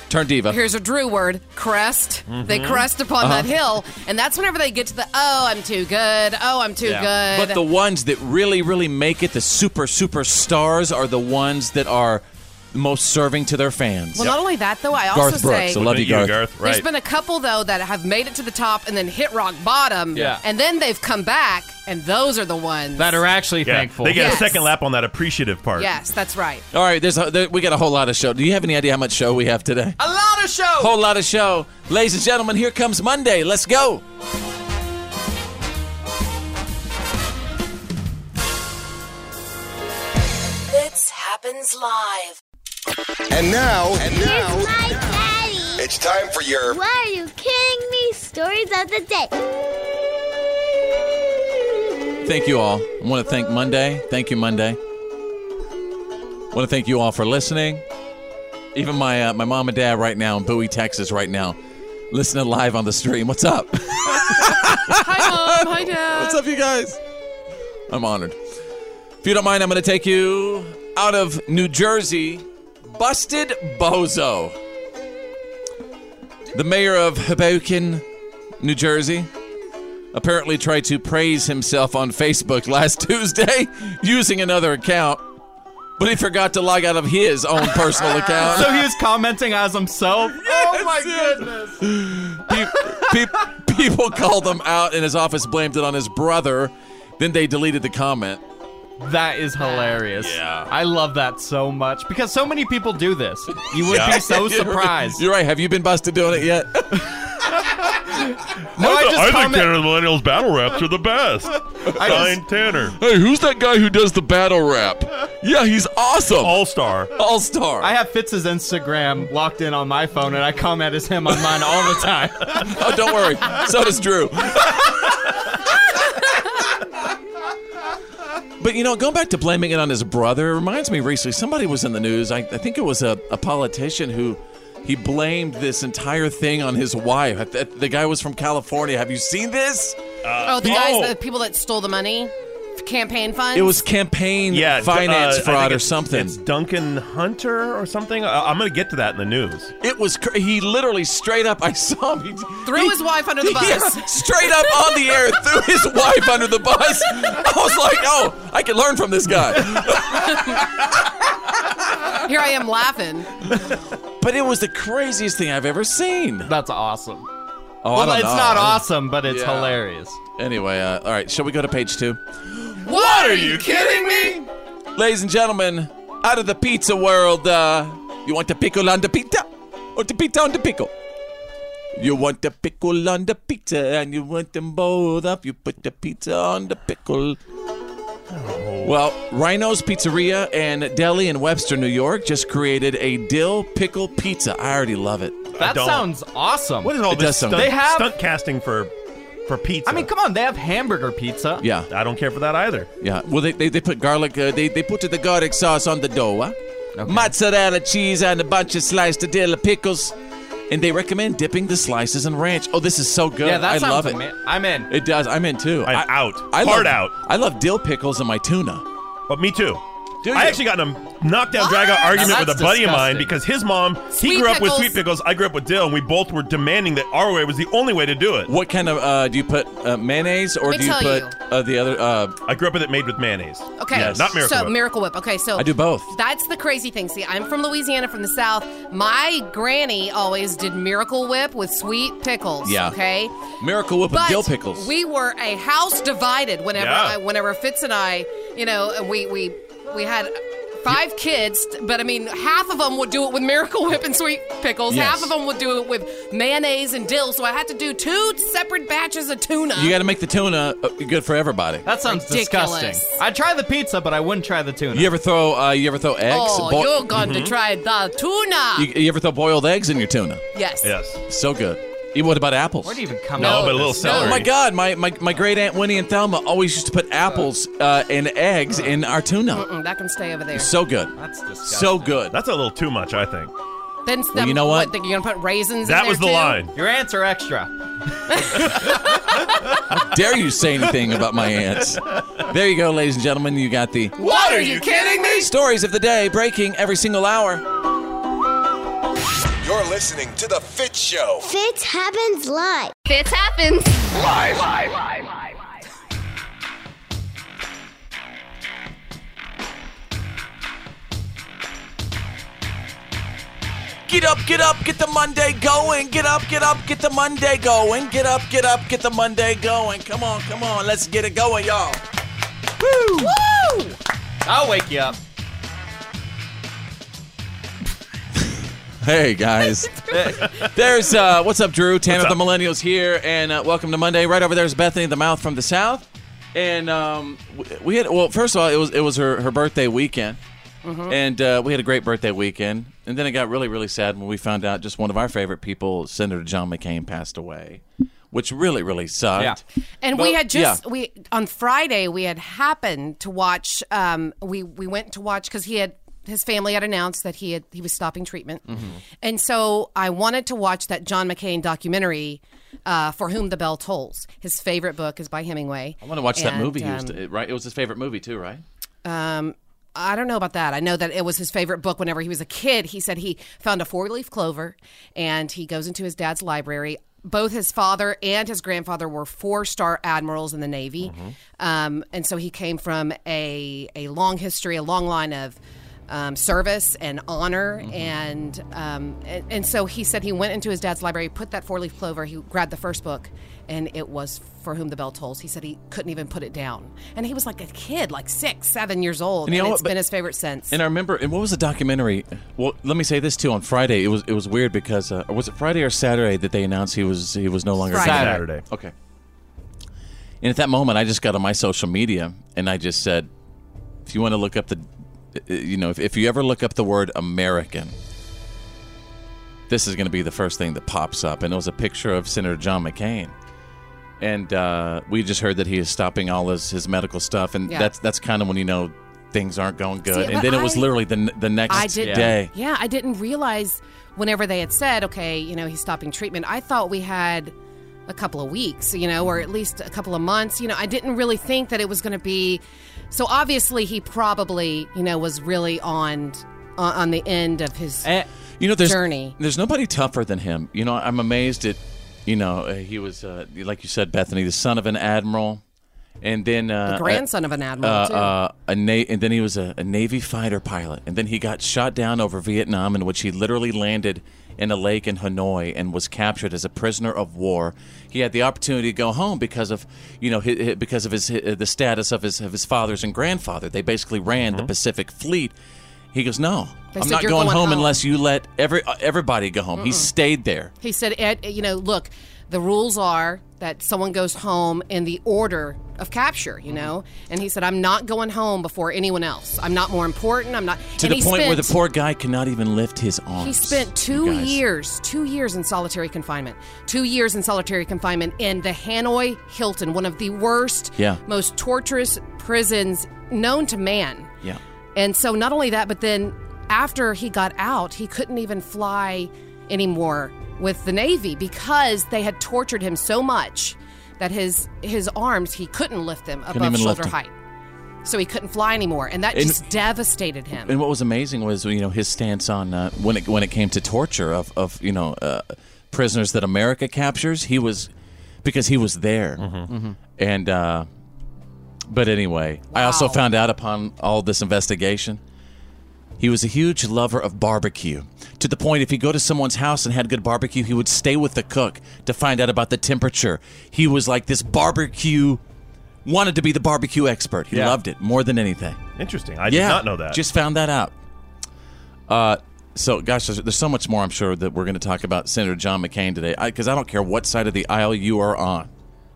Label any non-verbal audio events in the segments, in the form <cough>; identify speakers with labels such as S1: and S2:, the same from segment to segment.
S1: turn diva.
S2: here's a Drew word, crest. They
S1: Mm-hmm.
S2: crest upon that
S1: Uh-huh.
S2: hill, and that's whenever they get to the oh, I'm too good. Oh, I'm too
S3: Yeah.
S2: good.
S1: But the ones that really, really make it, the super, super stars, are the ones that are most serving to their fans.
S2: well, not only that though, I also
S1: Garth Brooks,
S2: say
S1: I love you,
S3: At you,
S1: Garth.
S2: There's
S3: Right.
S2: been a couple though that have made it to the top and then hit rock bottom.
S4: Yeah.
S2: And then they've come back, and those are the ones
S4: That are actually
S3: yeah.
S4: thankful.
S3: They get
S2: Yes.
S3: a second lap on that appreciative part.
S2: Yes, that's right.
S1: All right, there's a, there, we got a whole lot of show. Do you have any idea how much show we have today?
S4: a lot of shows!
S2: Oh.
S1: whole lot of show. Ladies and gentlemen, here comes Monday. Let's go.
S2: Fitz happens live.
S5: And now, and
S6: Here's my daddy.
S5: it's time for your
S6: Why are you kidding me? Stories of the day.
S1: Thank you all. I want to thank Monday. Thank you, Monday. want to thank you all for listening. Even my uh, my mom and dad right now in Bowie, Texas, right now, listening live on the stream. What's up? <laughs>
S2: Hi, Mom. Hi, Dad.
S1: What's up, you guys? I'm honored. If you don't mind, I'm going to take you out of New Jersey. Busted Bozo. The mayor of Hoboken, New Jersey, apparently tried to praise himself on Facebook last <laughs> Tuesday using another account, but he forgot to log out of his own
S4: <laughs>
S1: personal account.
S4: So he was commenting as
S3: <laughs>
S4: himself.
S1: Oh my goodness. people called him out, and his office blamed it on his brother. Then they deleted the comment.
S4: That is hilarious.
S1: Yeah.
S4: I love that so much because so many people do this. You would be
S3: <laughs>
S4: so
S1: You're-
S4: surprised.
S1: You're right. Have you been busted doing it yet?
S4: no, I
S3: I,
S4: just
S3: think
S4: comment-
S3: Tanner the Millennials battle raps are
S1: <laughs>
S3: the best.
S4: I
S3: Signed Tanner,
S1: hey, who's that guy who does the battle rap? Yeah, he's awesome.
S3: all star.
S1: All star.
S4: I have Fitz's Instagram locked in on my phone, and I comment as him on mine all the time. <laughs>
S1: oh, don't worry. So does Drew. but you know, going back to blaming it on his brother it reminds me recently somebody was in the news. I, I think it was a, a politician who he blamed this entire thing on his wife. I th- The guy was from California. Have you seen this?
S2: Oh, the guys,
S3: Oh.
S2: the people that stole the money, campaign funds.
S1: It was campaign
S3: Yeah,
S1: finance
S3: uh, I think
S1: fraud or
S3: it's-
S1: something.
S3: It's Duncan Hunter or something. I- I'm gonna get to that in the news.
S1: It was cra- he literally straight up. I saw him. <laughs> He,
S2: Threw
S1: he-
S2: his wife under the bus.
S1: <laughs> Yeah, straight up on the air, threw his wife under the bus. I was like, oh, I can learn from this guy.
S2: Here I am laughing.
S1: But it was the craziest thing I've ever seen.
S4: That's awesome.
S1: Oh, I
S4: Well,
S1: don't
S4: it's
S1: know.
S4: not awesome, but it's
S1: Yeah.
S4: hilarious.
S1: Anyway, uh, all right. Shall we go to page two?
S2: What are
S1: you kidding me? Ladies and gentlemen, out of the pizza world, uh, you want the pickle on the pizza or the pizza on the pickle? You want the pickle on the pizza and you want them both up. You put the pizza on the pickle. Well, Rhino's Pizzeria and Deli in Webster, New York just created a dill pickle pizza. I already love it.
S4: That
S3: don't.
S4: sounds awesome.
S3: What is all
S1: It does
S3: this
S1: sound
S3: stunt,
S4: They have-
S3: stunt casting for for pizza?
S4: I mean, come on, they have hamburger pizza.
S1: Yeah.
S3: I don't care for that either.
S1: Yeah. Well, they, they, they put garlic, uh, they, they put the garlic sauce on the dough, huh? Mozzarella cheese and a bunch of sliced dill pickles. And they recommend dipping the slices in ranch. Oh, this is so good.
S4: Yeah, that
S1: I
S4: sounds
S1: love it.
S4: ama- I'm in.
S1: It does. I'm in too.
S3: I'm
S1: I-
S3: out.
S1: I
S3: Hard
S1: love,
S3: out.
S1: I love dill pickles in my tuna.
S3: But me too.
S1: Do
S3: I
S1: you?
S3: actually got in a knockdown drag out argument
S4: Now
S3: with a
S4: that's
S3: buddy of mine
S4: disgusting.
S3: because his mom, he
S2: Sweet
S3: grew up with
S2: pickles.
S3: sweet pickles, I grew up with dill, and we both were demanding that our way was the only way to do it.
S1: What kind of uh, do you put uh, mayonnaise or
S2: Let
S1: do
S2: me
S1: you
S2: tell
S1: put
S2: you.
S1: Uh, the other? Uh,
S3: I grew up with it made with mayonnaise.
S2: Okay.
S3: Yeah, not Miracle
S2: So
S3: Whip.
S2: Miracle Whip. Okay, so
S1: I do both.
S2: That's the crazy thing. See, I'm from Louisiana, from the South. My granny always did Miracle Whip with sweet pickles.
S1: Yeah.
S2: Okay.
S1: Miracle Whip with
S2: But
S1: dill pickles.
S2: we were a house divided whenever
S3: Yeah.
S2: I, whenever Fitz and I, you know, we we we had five kids, but I mean, half of them would do it with Miracle Whip and sweet pickles.
S1: Yes.
S2: Half of them would do it with mayonnaise and dill. So I had to do two separate batches of tuna.
S1: you got to make the tuna uh, good for everybody.
S4: That sounds
S2: Ridiculous.
S4: disgusting. I'd try the pizza, but I wouldn't try the tuna.
S1: You ever throw? Uh, you ever throw eggs?
S2: oh,
S1: Boi-
S2: you're going
S3: Mm-hmm.
S2: to try the tuna.
S1: you, you ever throw boiled eggs in your tuna?
S2: yes.
S3: Yes.
S1: So good. Even what about apples?
S4: Where do you even come
S3: No,
S4: up
S3: but a
S4: with
S3: little
S4: this?
S3: celery.
S1: Oh my God! My, my my great aunt Winnie and Thelma always used to put apples uh, and eggs in our tuna.
S2: Mm, that can stay over there.
S1: So good,
S4: That's disgusting.
S1: so good.
S3: That's a little too much, I think.
S2: then
S1: Well, you know what?
S2: think you're gonna put raisins. in
S3: That
S2: there
S3: was the
S2: too?
S3: line.
S4: Your ants are extra.
S1: <laughs> Dare you say anything about my aunts? There you go, ladies and gentlemen. You got the
S2: What are you kidding me?
S1: stories of the day breaking every single hour.
S7: You're listening to The Fit Show.
S6: Fitz happens live.
S8: Fits happens.
S1: Get up, get up, get the Monday going. Get up, get up, get the Monday going. Get up, get up, get the Monday going. Come on, come on, let's get it going, y'all.
S4: I'll wake you up.
S1: Hey guys,
S3: <laughs>
S1: there's uh, what's up, Drew? Tanner
S3: What's
S1: the
S3: up?
S1: Millennials here, and uh, welcome to Monday. Right over there is Bethany the Mouth from the South, and um, w- we had well, first of all, it was it was her, her birthday weekend,
S3: Mm-hmm.
S1: and uh, we had a great birthday weekend, and then it got really really sad when we found out just one of our favorite people, Senator John McCain, passed away, which really really sucked.
S4: Yeah.
S2: And
S1: Well,
S2: we had just
S1: yeah.
S2: we on Friday we had happened to watch. Um, we we went to watch because he had his family had announced that he had he was stopping treatment,
S1: Mm-hmm.
S2: and so I wanted to watch that John McCain documentary, uh, "For Whom the Bell Tolls." His favorite book is by Hemingway.
S1: I want to watch that
S2: And,
S1: movie. he used
S2: um,
S1: to, right? It was his favorite movie too, right?
S2: I don't know about that. I know that it was his favorite book whenever he was a kid. He said he found a four leaf clover and he goes into his dad's library. Both his father and his grandfather were four star admirals in the Navy. Um, and so he came from a, a long history, a long line of um, service and honor. And, um, and, and so he said he went into his dad's library, put that four leaf clover, he grabbed the first book, and it was For Whom the Bell Tolls. He said he couldn't even put it down. And he was like a kid, like six, seven years old
S1: And you know
S2: it's
S1: what,
S2: been
S1: but-
S2: his favorite since.
S1: And I remember, and what was the documentary? Well, let me say this too. On Friday, it was it was weird because uh, was it Friday or Saturday that they announced he was he was no longer
S2: Friday.
S3: Saturday.
S1: Okay. And at that moment, I just got on my social media and I just said, if you want to look up the, uh, you know, if, if you ever look up the word American, this is going to be the first thing that pops up. And it was a picture of Senator John McCain. And uh, we just heard that he is stopping all his, his medical stuff. And
S2: Yeah.
S1: that's that's kind of when you know things aren't going good. and
S2: but
S1: then it was
S2: I-
S1: literally the, n- the next
S2: I didn't.
S1: day.
S2: Yeah, I didn't realize whenever they had said, okay, you know, he's stopping treatment. I thought we had a couple of weeks, you know, or at least a couple of months. You know, I didn't really think that it was going to be. So obviously, he probably, you know, was really on on on the end of his.
S1: you know, there's
S2: journey.
S1: there's nobody tougher than him. You know, I'm amazed at, you know, uh, he was uh, like you said, Bethany, the son of an admiral, and then uh,
S2: The grandson of an admiral,
S1: uh,
S2: too.
S1: uh, a na- and then he was a, a Navy fighter pilot, and then he got shot down over Vietnam, in which he literally landed in a lake in Hanoi and was captured as a prisoner of war. He had the opportunity to go home because of, you know, hi hi- because of his hi the status of his of his fathers and grandfather. They basically ran the Pacific Fleet. He goes, no,
S2: They
S1: I'm
S2: said,
S1: not
S2: "You're
S1: going,
S2: going
S1: home
S2: home."
S1: unless you let every uh, everybody go home. He stayed there.
S2: He said, Ed, you know, look, the rules are that someone goes home in the order of capture, you know? And he said, I'm not going home before anyone else. I'm not more important. I'm not.
S1: To
S2: and
S1: the
S2: he
S1: point where the
S2: spent-
S1: poor guy cannot even lift his arms.
S2: He spent
S1: you
S2: two
S1: guys.
S2: years, two years in solitary confinement, two years in solitary confinement in the Hanoi Hilton, one of the worst,
S1: Yeah.
S2: most torturous prisons known to man.
S1: Yeah.
S2: And so not only that, but then after he got out, he couldn't even fly anymore with the Navy because they had tortured him so much that his his arms he couldn't lift them above
S1: even lift
S2: shoulder
S1: them.
S2: height. So he couldn't fly anymore, and that
S1: And-
S2: just devastated him.
S1: And what was amazing was you know his stance on uh, when it when it came to torture of of you know uh, prisoners that America captures. He was because he was there,
S2: Mm-hmm.
S1: and uh, but anyway, I also
S2: Wow.
S1: found out upon all this investigation. He was a huge lover of barbecue. To the point, if he go to someone's house and had good barbecue, he would stay with the cook to find out about the temperature. He was like this barbecue, wanted to be the barbecue expert. He
S3: Yeah.
S1: loved it more than anything.
S3: Interesting. I
S1: Yeah,
S3: did not know that.
S1: Just found that out. Uh, so, gosh, there's, there's so much more. I'm sure that we're going to talk about Senator John McCain today, because I, don't care what side of the aisle you are on.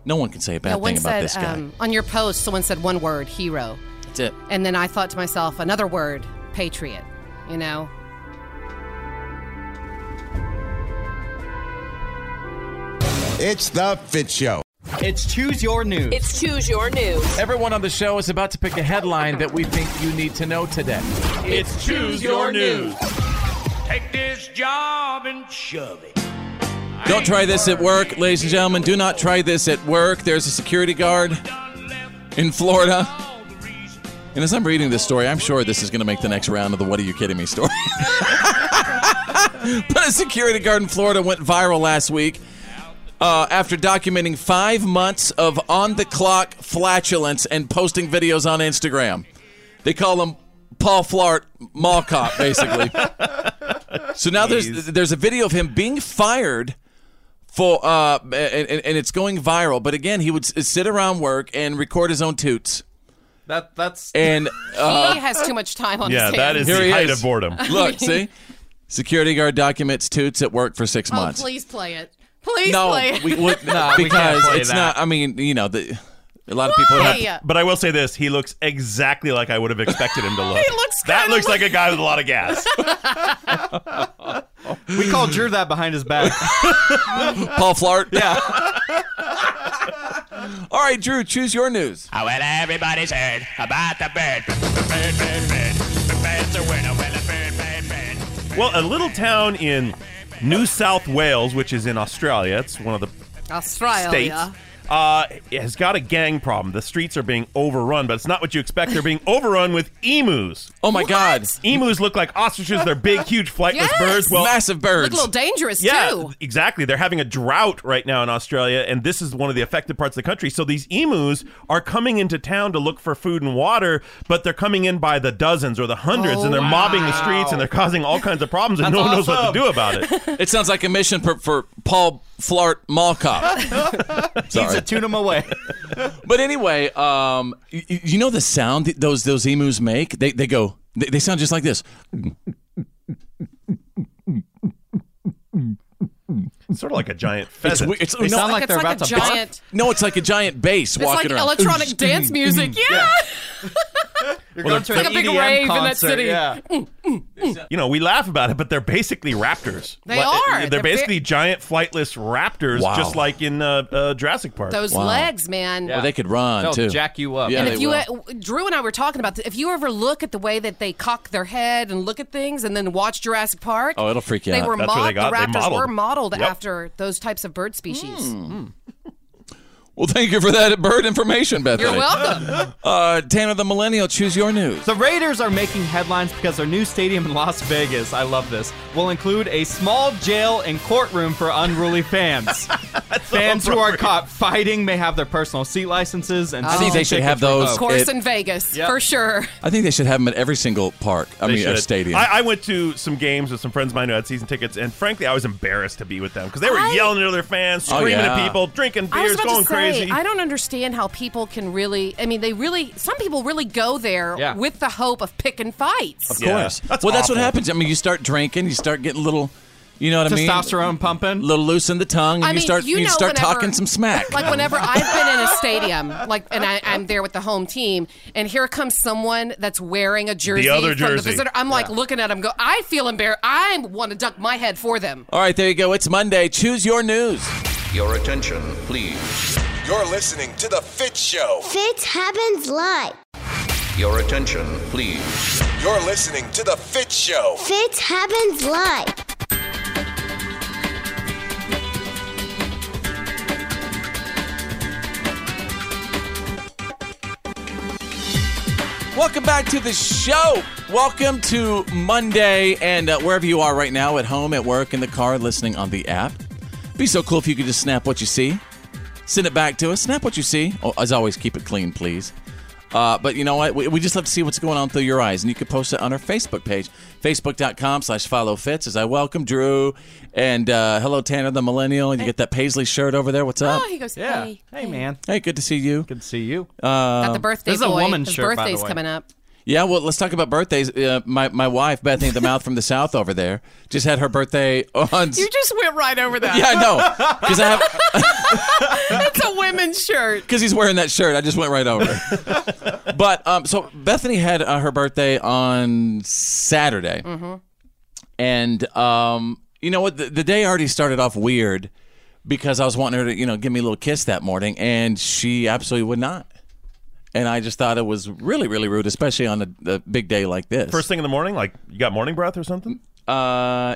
S1: No one can say a bad
S2: Yeah,
S1: thing
S2: one
S1: about
S2: said
S1: this guy.
S2: Um, on your post, someone said one word, hero,
S1: That's it.
S2: and then I thought to myself, another word, patriot. You know,
S7: It's the Fit Show.
S4: It's choose your news.
S9: It's Choose Your News.
S1: Everyone on the show is about to pick a headline that we think you need to know today.
S10: It's Choose Your News. Take this job and shove it.
S1: Don't try this at work, ladies and gentlemen. Do not try this at work. There's a security guard in Florida. And as I'm reading this story, I'm sure this is going to make the next round of the What Are You Kidding Me story. <laughs> but a security guard in Florida went viral last week uh, after documenting five months of on the clock flatulence and posting videos on Instagram. They call him Paul Flart Mall Cop, basically. so now there's there's a video of him being fired for uh and, and and it's going viral but again he would s- sit around work and record his own toots
S4: That that's
S1: and uh,
S2: he has too much
S1: <laughs>
S2: time on
S3: yeah,
S2: his hands.
S3: that is
S1: Here
S3: the
S1: he
S3: height
S1: is. <laughs>
S3: of boredom.
S2: <laughs>
S1: look see security guard documents toots at work for six
S2: Oh,
S1: months
S2: please play it. Please play
S1: no
S2: it. <laughs>
S1: we <laughs> would not
S4: we can't
S1: because
S4: play
S1: it's
S4: that.
S1: not i mean you know the a lot of people
S2: Why?
S1: have
S2: Yeah.
S3: But I will say this: he looks exactly like I would have expected
S2: <laughs>
S3: him to look.
S2: He looks
S3: that
S2: kinda
S3: looks like a guy with a lot of gas.
S4: we called Drew that behind
S1: <laughs>
S4: his back.
S1: Paul Flart. <laughs> Yeah. All right, Drew, choose your news.
S10: Well, everybody's heard about the bird. Bird, bird, bird. Bird's a winner.
S3: <laughs> Well, a little town in New South Wales, which is in Australia, it's one of the
S2: Australia.
S3: states, uh, has got a gang problem. The streets are being overrun, but it's not what you expect. They're being overrun with emus.
S1: Oh my God.
S3: Emus look like ostriches. They're big, huge, flightless
S2: Yes!
S3: birds. Well,
S1: Massive
S2: Look
S1: birds.
S2: a little dangerous
S3: yeah,
S2: too.
S3: exactly. They're having a drought right now in Australia, and this is one of the affected parts of the country. So these emus are coming into town to look for food and water, but they're coming in by the dozens or the hundreds, and they're
S2: Oh,
S3: mobbing the streets and they're causing all kinds of problems, and no one knows what to do about
S2: <laughs>
S3: it.
S1: It sounds like a mission for, for Paul Flart Mall
S2: <laughs>
S1: Cop.
S4: Pizza, tune him away.
S1: But anyway, um, you, you know the sound that those those emus make? They they go. They, they sound just like this.
S3: It's sort of like a giant
S1: It's,
S3: pheasant.
S1: we- it's
S4: They
S1: no,
S4: sound
S2: Like,
S4: like
S2: it's
S4: they're
S2: like
S4: about
S2: a
S4: to barf.
S2: giant.
S1: no, it's like a giant bass
S2: It's
S1: walking
S2: like
S1: around. <laughs>
S2: electronic dance music. Yeah.
S3: Well, they're-
S4: You're going to an
S2: It's like a big
S4: EDM
S2: rave in that
S4: concert,
S2: city.
S4: Yeah.
S3: you know, we laugh about it, but they're basically raptors.
S2: They
S3: Like,
S2: are.
S3: They're,
S2: They're ve-
S3: basically giant flightless raptors,
S1: Wow.
S3: just like in uh, uh, Jurassic Park.
S2: Those
S1: Wow.
S2: legs, man.
S1: Well, they could run
S4: They'll
S1: too.
S4: jack you up.
S1: Yeah,
S2: And
S1: they
S2: if you,
S1: will.
S2: uh, Drew and I were talking about this, if you ever look at the way that they cock their head and look at things and then watch Jurassic Park,
S1: Oh, it'll freak you
S2: they
S1: out.
S2: Were
S3: That's where they
S2: modeled,
S3: got-
S2: the
S3: they
S2: raptors were
S3: modeled.
S2: modeled Hmm.
S3: Yep.
S2: after those types of bird species.
S1: well, thank you for that bird information, Bethany.
S2: You're <laughs> welcome.
S1: Uh, Tanner the Millennial, choose your news.
S4: The Raiders are making headlines because their new stadium in Las Vegas, I love this, will include a small jail and courtroom for
S3: <laughs>
S4: unruly fans. fans who are
S3: appropriate.
S4: caught fighting may have their personal seat licenses and
S1: I think
S4: season
S1: they should
S4: tickets
S1: have those.
S2: of
S4: revoked.
S2: course,
S1: It-
S2: in Vegas,
S4: Yep.
S2: for sure.
S1: I think they should have them at every single park. I
S3: They
S1: mean, a
S3: should.
S1: stadium.
S3: I, I went to some games with some friends of mine who had season tickets, and frankly, I was embarrassed to be with them because they were yelling at other fans,
S1: Oh,
S3: screaming
S1: yeah.
S3: at people, drinking
S2: I
S3: <laughs>
S2: was
S3: beers,
S2: about
S3: going
S2: to say,
S3: crazy.
S2: I don't understand how people can really. I mean, they really. Some people really go there
S4: Yeah.
S2: with the hope of picking fights.
S3: Yeah,
S1: well, that's what
S3: awful.
S1: happens. I mean, you start drinking, you start getting little, you know what I mean?
S4: Testosterone pumping.
S1: little loose in the tongue, and
S2: I
S1: you
S2: mean,
S1: start
S2: you know
S1: start
S2: whenever-
S1: talking some smack.
S2: Like whenever I've been in a stadium, like, and I, I'm there with the home team, and here comes someone that's wearing a jersey,
S3: other
S2: from the
S3: jersey.
S2: visitor. I'm like looking at them, go. I feel embarrassed. I want to duck my head for them.
S1: All right, there you go. It's Monday. Choose your news.
S11: Your attention, please.
S7: You're listening to The Fit Show.
S6: Fits happens live.
S11: Your attention, please.
S7: You're listening to The Fit Show.
S6: Fits happens live.
S1: Welcome back to the show. Welcome to Monday, and uh, wherever you are right now, at home, at work, in the car, listening on the app. Be so cool if you could just snap what you see, send it back to us. Snap what you see. Oh, as always, keep it clean, please. Uh, but you know what? We, we just love to see what's going on through your eyes, and you can post it on our Facebook page, facebook.com/slash follow fits. As I welcome Drew and uh, hello Tanner the Millennial, and you get that paisley shirt over there. What's up?
S2: Oh, he goes,
S4: Yeah.
S2: hey,
S4: Hey, man.
S1: Hey, Um, good to see you.
S4: Good to see you.
S1: Uh,
S2: got the birthday
S4: this is a
S2: boy.
S4: woman's
S2: His
S4: shirt, by the
S2: birthday's
S4: way.
S2: coming up.
S1: Yeah, well, let's talk about birthdays. Uh, my my wife, Bethany the Mouth from the South over there, just had her birthday on.
S2: You just went right over
S1: <laughs>
S2: that.
S1: yeah, I know, because I have
S2: It's a women's shirt.
S1: because he's wearing that shirt. I just went right over. but um, so Bethany had uh, her birthday on Saturday, and um, you know what? The, the day already started off weird because I was wanting her to you know give me a little kiss that morning, and she absolutely would not. And I just thought it was really, really rude, especially on a, a big day like this.
S3: First thing in the morning, like you got morning breath or something?
S1: uh,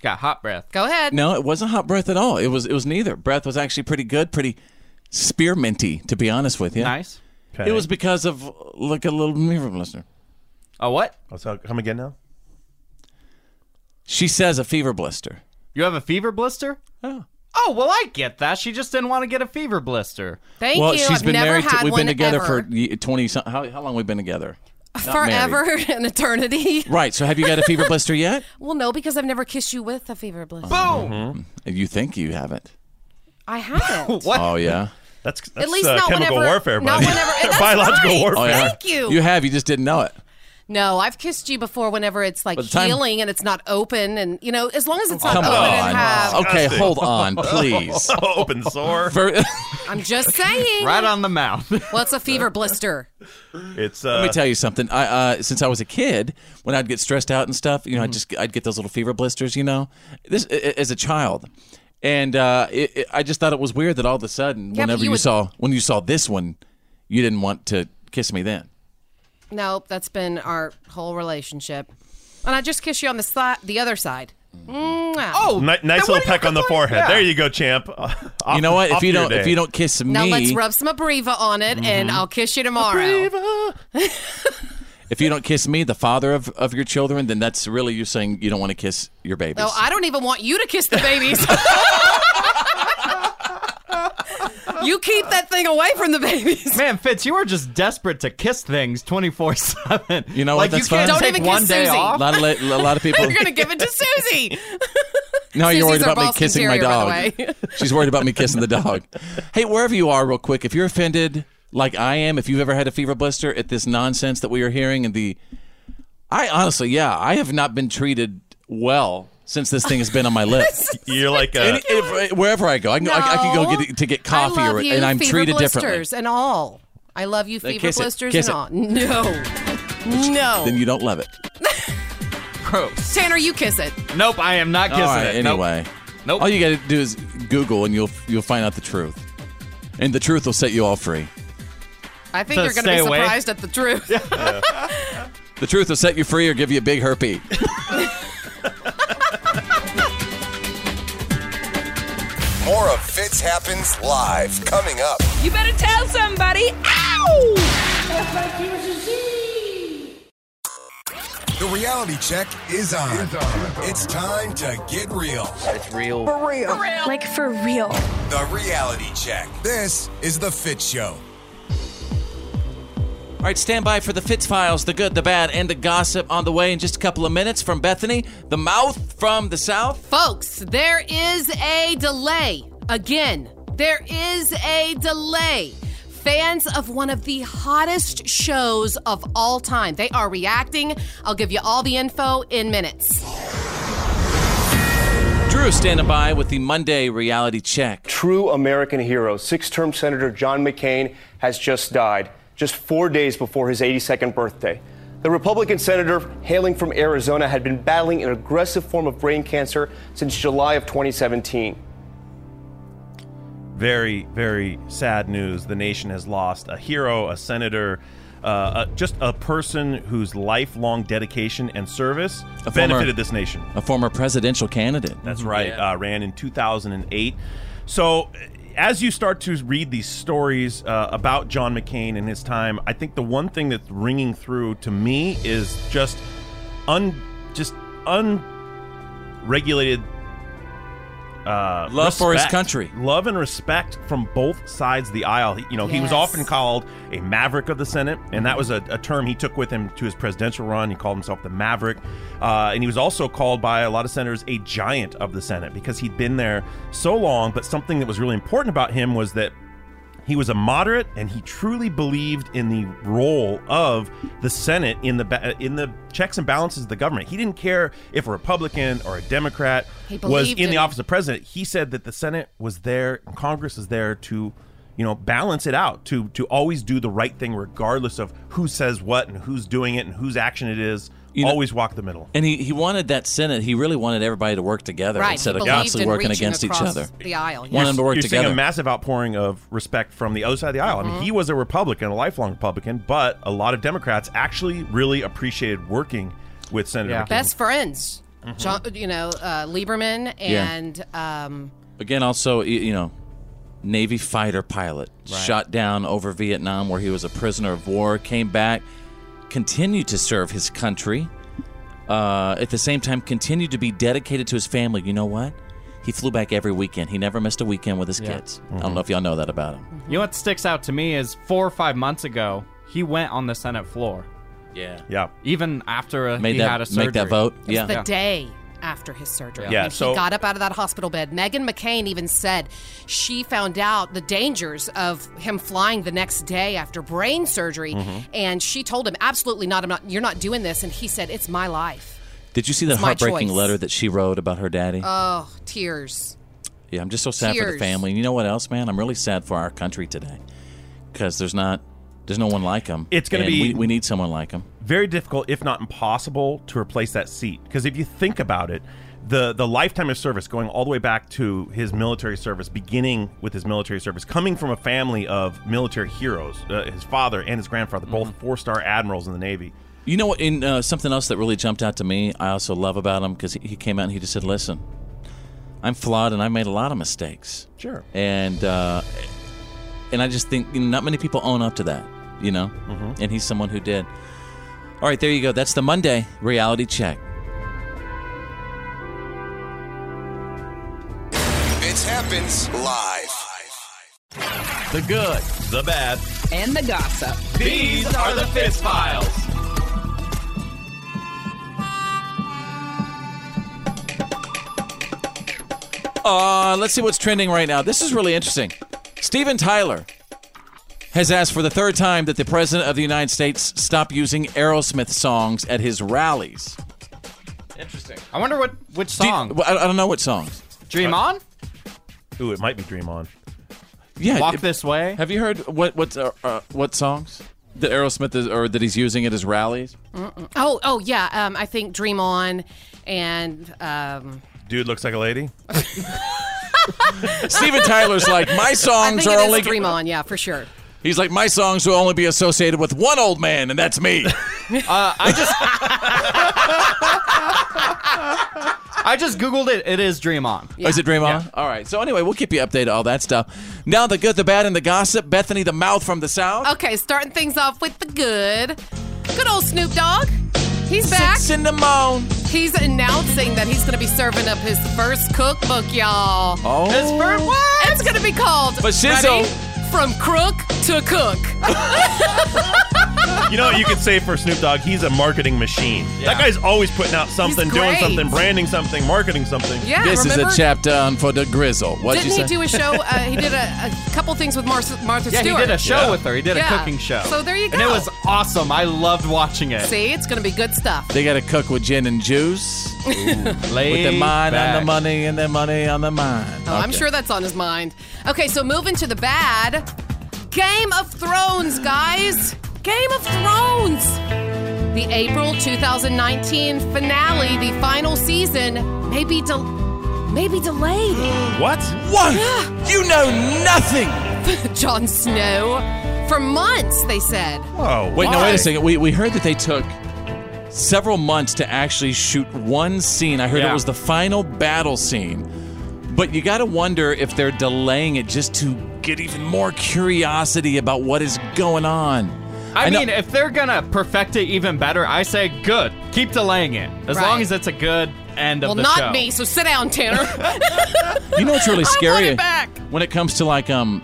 S4: Got hot breath.
S2: Go ahead.
S1: No, it wasn't hot breath at all. It was it was neither. Breath was actually pretty good, pretty spearminty, to be honest with you.
S4: Nice.
S3: Okay.
S1: It was because of like a little mirror blister.
S4: Oh, what?
S3: Oh, so come again now.
S1: She says a fever blister.
S4: You have a fever blister?
S1: Oh.
S4: Oh, well, I get that. She just didn't want to get a fever blister.
S2: Thank
S1: well,
S2: you.
S1: she's
S2: I've
S1: been
S2: never
S1: married.
S2: had
S1: to, we've
S2: one
S1: been together
S2: ever.
S1: for ye- twenty. Some, how how long we've been together? Not
S2: forever <laughs>
S1: married.
S2: and eternity.
S1: Right. So have you got a fever blister yet?
S2: Well, no, because I've never kissed you with a fever blister.
S1: Mm-hmm. You think you haven't? <laughs>
S2: I haven't.
S4: What?
S1: Oh yeah.
S3: That's, that's
S2: least
S3: uh,
S2: not
S3: chemical
S2: whenever-
S3: warfare,
S2: not
S3: buddy.
S2: whenever-
S3: <laughs>
S2: that's
S3: Biological
S2: right.
S3: warfare.
S1: Oh yeah.
S2: Thank you.
S1: You have. You just didn't know it.
S2: No, I've kissed you before whenever it's like
S1: By the time-
S2: healing and it's not open and you know, as long as it's not
S1: Come
S2: open and Oh, have
S1: on. Okay,
S3: Disgusting.
S1: hold on,
S2: <laughs>
S1: please.
S3: <laughs> Open sore.
S1: For- <laughs>
S2: I'm just saying.
S4: Right on the mouth. <laughs>
S2: Well, it's a fever blister.
S3: It's uh,
S1: Let me tell you something. I uh, since I was a kid, when I'd get stressed out and stuff, you know, I
S2: Mm-hmm.
S1: just I'd get those little fever blisters, you know, this i- i- as a child, and uh, it, it, I just thought it was weird that all of a sudden,
S2: Yeah, but
S1: whenever
S2: you
S1: you,
S2: would-
S1: saw when you saw this one, you didn't want to kiss me then.
S2: Nope, that's been our whole relationship. and I just kiss you on the side, the other side. Oh,
S3: Ni- nice little peck on the forehead. There you go, champ. <laughs>
S1: You know what? If you don't, if you don't kiss
S2: Now let's
S1: me,
S2: rub some Abreva on it, and
S1: Mhm.
S2: I'll kiss you tomorrow.
S1: if you don't kiss me, the father of, of your children, then that's really you saying you don't want to kiss your babies.
S2: No, I don't even want you to kiss
S1: <laughs>
S2: the babies. you keep that thing away from the babies.
S4: Man, Fitz, you are just desperate to kiss things 24 7. You
S1: know what?
S4: Like,
S1: That's
S4: you
S1: fine.
S4: can't
S1: Don't
S4: take
S1: even kiss
S4: one day
S1: Susie.
S4: off.
S1: A lot of la- a lot of people-
S2: <laughs> You're gonna give it to Susie.
S1: No,
S2: Susie's
S1: you're worried
S2: our
S1: about me
S2: Boston
S1: kissing my
S2: Terrier,
S1: dog.
S2: by the way.
S1: <laughs> She's worried about me kissing the dog. Hey, wherever you are, real quick, if you're offended like I am, if you've ever had a fever blister at this nonsense that we are hearing and the I honestly, yeah, I have not been treated well since this thing has been on my
S2: <laughs>
S1: lips. <laughs>
S3: You're like
S2: a-
S1: wherever I go, I can, I, I can go get to get
S2: I
S1: coffee
S2: love
S1: or
S2: you,
S1: and I'm
S2: fever
S1: treated
S2: blisters
S1: differently.
S2: and all. I love you,
S1: Then
S2: fever
S1: kiss it.
S2: blisters
S1: Kiss
S2: and
S1: it.
S2: all.
S1: <laughs>
S2: No, no.
S1: Then you don't love it.
S2: Tanner, you kiss it.
S4: Nope, I am not kissing
S1: All right,
S4: it. Nope.
S1: Anyway, nope. All you got to do is Google, and you'll you'll find out the truth, and the truth will set you all free.
S2: I think
S1: So
S2: you're gonna be
S1: stay away.
S2: surprised at the truth.
S1: The truth will set you free or give you a big herpy.
S5: More of Fitz Happens Live coming up.
S9: You better tell somebody. Ow!
S5: The reality check is on. It's, time to get real. It's real.
S12: For real. Like for real.
S5: The reality check. This is The Fit Show.
S1: All right, stand by for the Fitz files, the good, the bad, and the gossip on the way in just a couple of minutes from Bethany, the mouth from the south.
S2: <laughs> Folks, there is a delay. Again, there is a delay. Fans of one of the hottest shows of all time. They are reacting. I'll give you all the info in minutes.
S1: Drew standing by with the Monday reality check.
S13: True American hero, six term Senator John McCain has just died, just four days before his 82nd birthday. The Republican senator hailing from Arizona had been battling an aggressive form of brain cancer since July of 2017.
S3: very, very sad news. The nation has lost a hero, a senator, uh, a, just a person whose lifelong dedication and service
S1: A former- Mm-hmm.
S3: benefited this nation.
S1: A former presidential candidate.
S3: That's right. Uh, ran in 2008. So, as you start to read these stories uh, about John McCain and his time, I think the one thing that's ringing through to me is just un, just unregulated uh,
S1: Love for his
S3: respect.
S1: country.
S3: love and respect from both sides of the aisle. He- You know, he was
S1: Yes.
S3: often called a maverick of the Senate, and that was a, a term he took with him to his presidential run. He called himself the maverick, uh, and he was also called by a lot of senators a giant of the Senate because he'd been there so long. But something that was really important about him was that. He was a moderate, and he truly believed in the role of the Senate in the ba- in the checks and balances of the government. He didn't care if a Republican or a Democrat
S14: He
S3: was
S14: believed
S3: in the
S14: in-
S3: office as the president, he said that the Senate was there, and Congress is there to, you know, balance it out, to to always do the right thing, regardless of who says what and who's doing it and whose action it is.
S1: You know-
S3: always walk the middle.
S1: And he, he wanted that Senate, he really wanted everybody to work together
S2: Right,
S1: instead
S2: he
S1: of
S2: believed
S1: constantly
S2: in
S1: working
S2: reaching
S1: against each
S2: across
S1: other.
S2: The aisle.
S1: One of them to work
S3: you're
S1: together.
S3: seeing a massive outpouring of respect from the other side of the aisle. I mean,
S2: Mhm.
S3: he was a Republican, a lifelong Republican, but a lot of Democrats actually really appreciated working with Senator McCain.
S2: Best friends.
S4: Mm-hmm.
S2: John, you know, uh, Lieberman
S1: Yeah.
S2: and um,
S1: Again, also, y- you know, Navy fighter pilot shot down over Vietnam where he was a prisoner of war, came back, continued to serve his country, uh, at the same time, continued to be dedicated to his family. You know what? He flew back every weekend. He never missed a weekend with his
S4: Yeah. Mm-hmm.
S1: kids. I don't know if y'all know that about him.
S4: You know what sticks out to me is four or five months ago, he went on the Senate floor.
S1: Yeah.
S3: Yeah.
S4: Even after uh,
S1: Made
S4: he
S1: that-
S4: had a surgery.
S1: make that vote.
S2: It was the day after his surgery.
S4: Oh, Yeah,
S2: And
S4: so-
S2: he got up out of that hospital bed. Megan McCain even said she found out the dangers of him flying the next day after brain surgery,
S4: Mm-hmm.
S1: Mhm.
S2: and she told him, "Absolutely not. I'm not. You're not doing this." And he said, "It's my life."
S1: Did you see the
S2: It's my
S1: heartbreaking
S2: choice.
S1: letter that she wrote about her daddy?
S2: Oh, tears.
S1: Yeah, I'm just so sad for the
S2: Tears.
S1: family. And you know what else, man? I'm really sad for our country today because there's not, there's no one like him.
S3: It's gonna
S1: And
S3: be-
S1: we, we need someone like him.
S3: very difficult, if not impossible, to replace that seat. Because if you think about it, the the lifetime of service going all the way back to his military service, beginning with his military service, coming from a
S1: Mm-hmm.
S3: family of military heroes, uh, his father and his grandfather, both four star admirals in the Navy.
S1: You know what? In uh, something else that really jumped out to me, I also love about him because he, he came out and he just said, "Listen, I'm flawed and I made a lot of mistakes."
S3: Sure.
S1: And uh, and I just think you know, not many people own up to that, you know.
S3: Mhm.
S1: And he's someone who did. All right, there you go. That's the Monday reality check.
S5: It happens live.
S3: The good, the bad.
S9: And the gossip.
S5: These are the
S3: Fist Files.
S1: Uh, let's see what's trending right now. This is really interesting. Steven Tyler has asked for the third time that the president of the United States stop using Aerosmith songs at his rallies.
S4: Interesting. I wonder what which
S1: Do you-
S4: song.
S1: well, I, I don't know what uh, songs.
S4: Dream on.
S3: Ooh, it might be Dream On.
S1: Yeah,
S4: Walk
S1: if-
S4: this way.
S1: Have you heard what what uh, uh, what songs that Aerosmith is or that he's using at his rallies?
S2: Mm-mm. Oh, oh yeah. Um, I think Dream On and um,
S3: Dude looks like a lady.
S1: Steven Tyler's like my songs
S2: <laughs> I think
S1: are
S2: it is
S1: only.
S2: Dream On. Yeah, for sure.
S1: He's like my songs will only be associated with one old man, and that's
S2: <laughs>
S1: me.
S4: Uh, I just <laughs> I just googled it. It is Dream On.
S1: Is it Dream On? All right. So anyway, we'll keep you updated on all that stuff. Now the good, the bad, and the gossip. Bethany, the mouth from the south.
S2: Okay, starting things off with the good. Good old Snoop Dogg. He's back.
S1: in the moan.
S2: He's announcing that he's going to be serving up his first cookbook, y'all.
S1: Oh.
S2: His first what? It's going to be called
S1: But Shizzle-
S2: Ready? From Crook to Cook.
S3: You know what you could say for Snoop Dogg? He's a marketing machine. That guy's always putting out something, doing
S2: great.
S3: something, branding something, marketing something.
S2: Yeah,
S1: this
S2: remember?
S1: is a chapter on for the grizzle. What
S2: Didn't
S1: you say?
S2: he do a show? Uh, he did a, a couple things with Mar- Martha
S4: Yeah, he
S2: Stewart.
S4: did a show with her. He did
S2: Yeah.
S4: a cooking show.
S2: So there you
S4: And it
S2: go.
S4: was awesome. I loved watching it.
S2: See, it's going to be good stuff.
S1: They got to cook with gin and juice. with the
S4: Laid
S1: mind on
S4: back.
S1: the money and the money on the mind.
S2: Oh, I'm
S1: Okay.
S2: sure that's on his mind. Okay, so moving to the bad Game of Thrones, guys. Game of Thrones. The April 2019 finale, the final season, may be, del may be delayed. <laughs>
S3: What?
S1: What? You know nothing.
S2: Jon Snow. For months, they said.
S3: Oh,
S1: Wait, no, wait a second. We, we heard that they took several months to actually shoot one scene. I heard it
S4: Yeah.
S1: was the final battle scene. But you got to wonder if they're delaying it just to get even more curiosity about what is going on.
S4: I,
S1: know-
S4: mean, if they're gonna perfect it even better, I say good. Keep delaying it as
S2: Right.
S4: long as it's a good end
S2: Well,
S4: of the
S2: not
S4: show.
S2: me, so sit down,
S1: <laughs>
S2: <laughs> Tanner.
S1: you know
S2: <laughs>
S1: what's really scary
S2: it back.
S1: when it comes to like um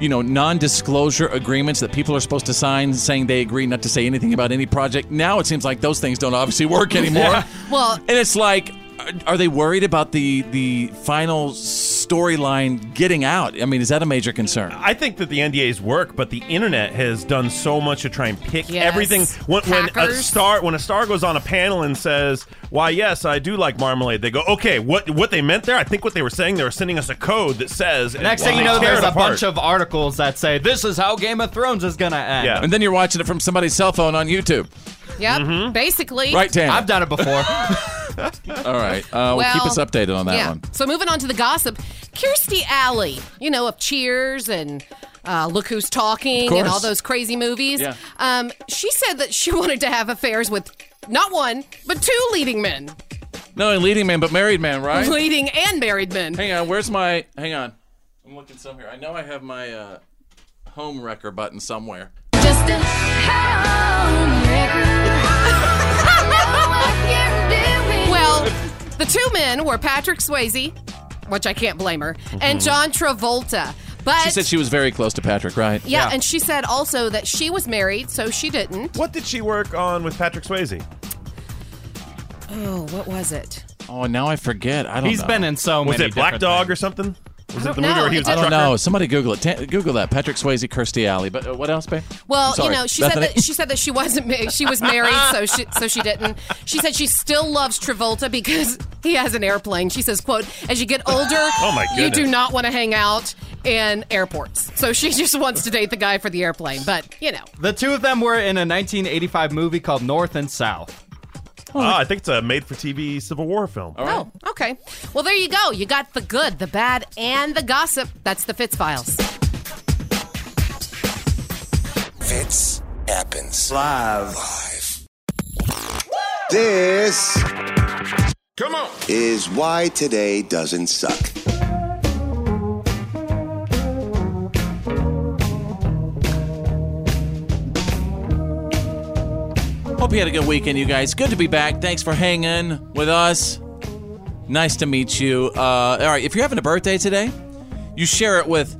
S1: you know non-disclosure agreements that people are supposed to sign saying they agree not to say anything about any project now it seems like those things don't obviously work anymore
S4: Yeah.
S2: well
S1: and it's like are- are they worried about the the final storyline getting out i mean is that a major concern
S3: I think that the NDAs work, but the internet has done so much to try and pick
S1: Yes.
S3: everything. When, when a
S1: Hackers.
S3: star when a star goes on a panel and says, "Why, yes, I do like marmalade," they go, "Okay, what what they meant there? I think what they were saying they were sending us a code that says." and
S4: Next thing you
S3: they
S4: know,
S3: tear it
S4: there's a
S3: apart.
S4: bunch of articles that say this is how Game of Thrones is gonna end.
S1: and then you're watching it from somebody's cell phone on youtube
S2: yep, basically.
S1: Mm-hmm. right Tanner?
S4: I've done it before
S1: all right uh, well, keep us updated on that
S2: yeah.
S1: one
S2: So moving on to the gossip, Kirstie Alley, you know of Cheers and uh, Look Who's Talking
S1: Of
S2: and all
S1: course.
S2: those crazy movies.
S1: Yeah.
S2: Um, she said that she <laughs> wanted to have affairs with not one but two leading men,
S1: no and leading man but married man right
S2: <laughs> leading and married men.
S1: Hang on, where's my? Hang on, I'm looking somewhere. I know I have my uh, home wrecker button somewhere.
S8: Just a home
S6: <laughs>
S2: Well, the two men were Patrick Swayze, which I can't blame her, and
S1: Mhm.
S2: John Travolta. But
S1: She said she was very close to Patrick, right?
S2: yeah, and she said also that she was married, so she didn't.
S3: What did she work on with Patrick Swayze?
S2: Oh, what was it?
S1: Oh, now I forget. I don't.
S4: He's
S1: know.
S4: been in so
S3: Was
S4: many
S3: it Black
S4: different
S3: Dog or something? Was it the movie where he was
S1: I
S3: a
S1: don't
S3: trucker?
S1: know. Somebody Google it. Ta- Google that. Patrick Swayze, Kirstie Alley. But uh, what else, babe?
S2: Well,
S1: I'm
S2: you
S1: sorry.
S2: know, she
S1: Bethany?
S2: said that she said that she wasn't ma- she was married, so she so she didn't. She said she still loves Travolta because he has an airplane. She says, "quote As you get older,
S1: <laughs> Oh, my
S2: you do
S1: goodness.
S2: not want to hang out in airports." So she just wants to date the guy for the airplane. But you know,
S4: The two of them were in a 1985 movie called North and South.
S3: Ah, I think it's a made-for-TV Civil War film.
S2: oh, okay. Well, there you go. You got the good, the bad, and the gossip. That's the Fitz Files.
S5: Fits happens live. Live.
S7: This
S14: Come on.
S7: is why today doesn't suck.
S1: Hope you had a good weekend, you guys. Good to be back. Thanks for hanging with us. Nice to meet you. Uh, all right, if you're having a birthday today, you share it with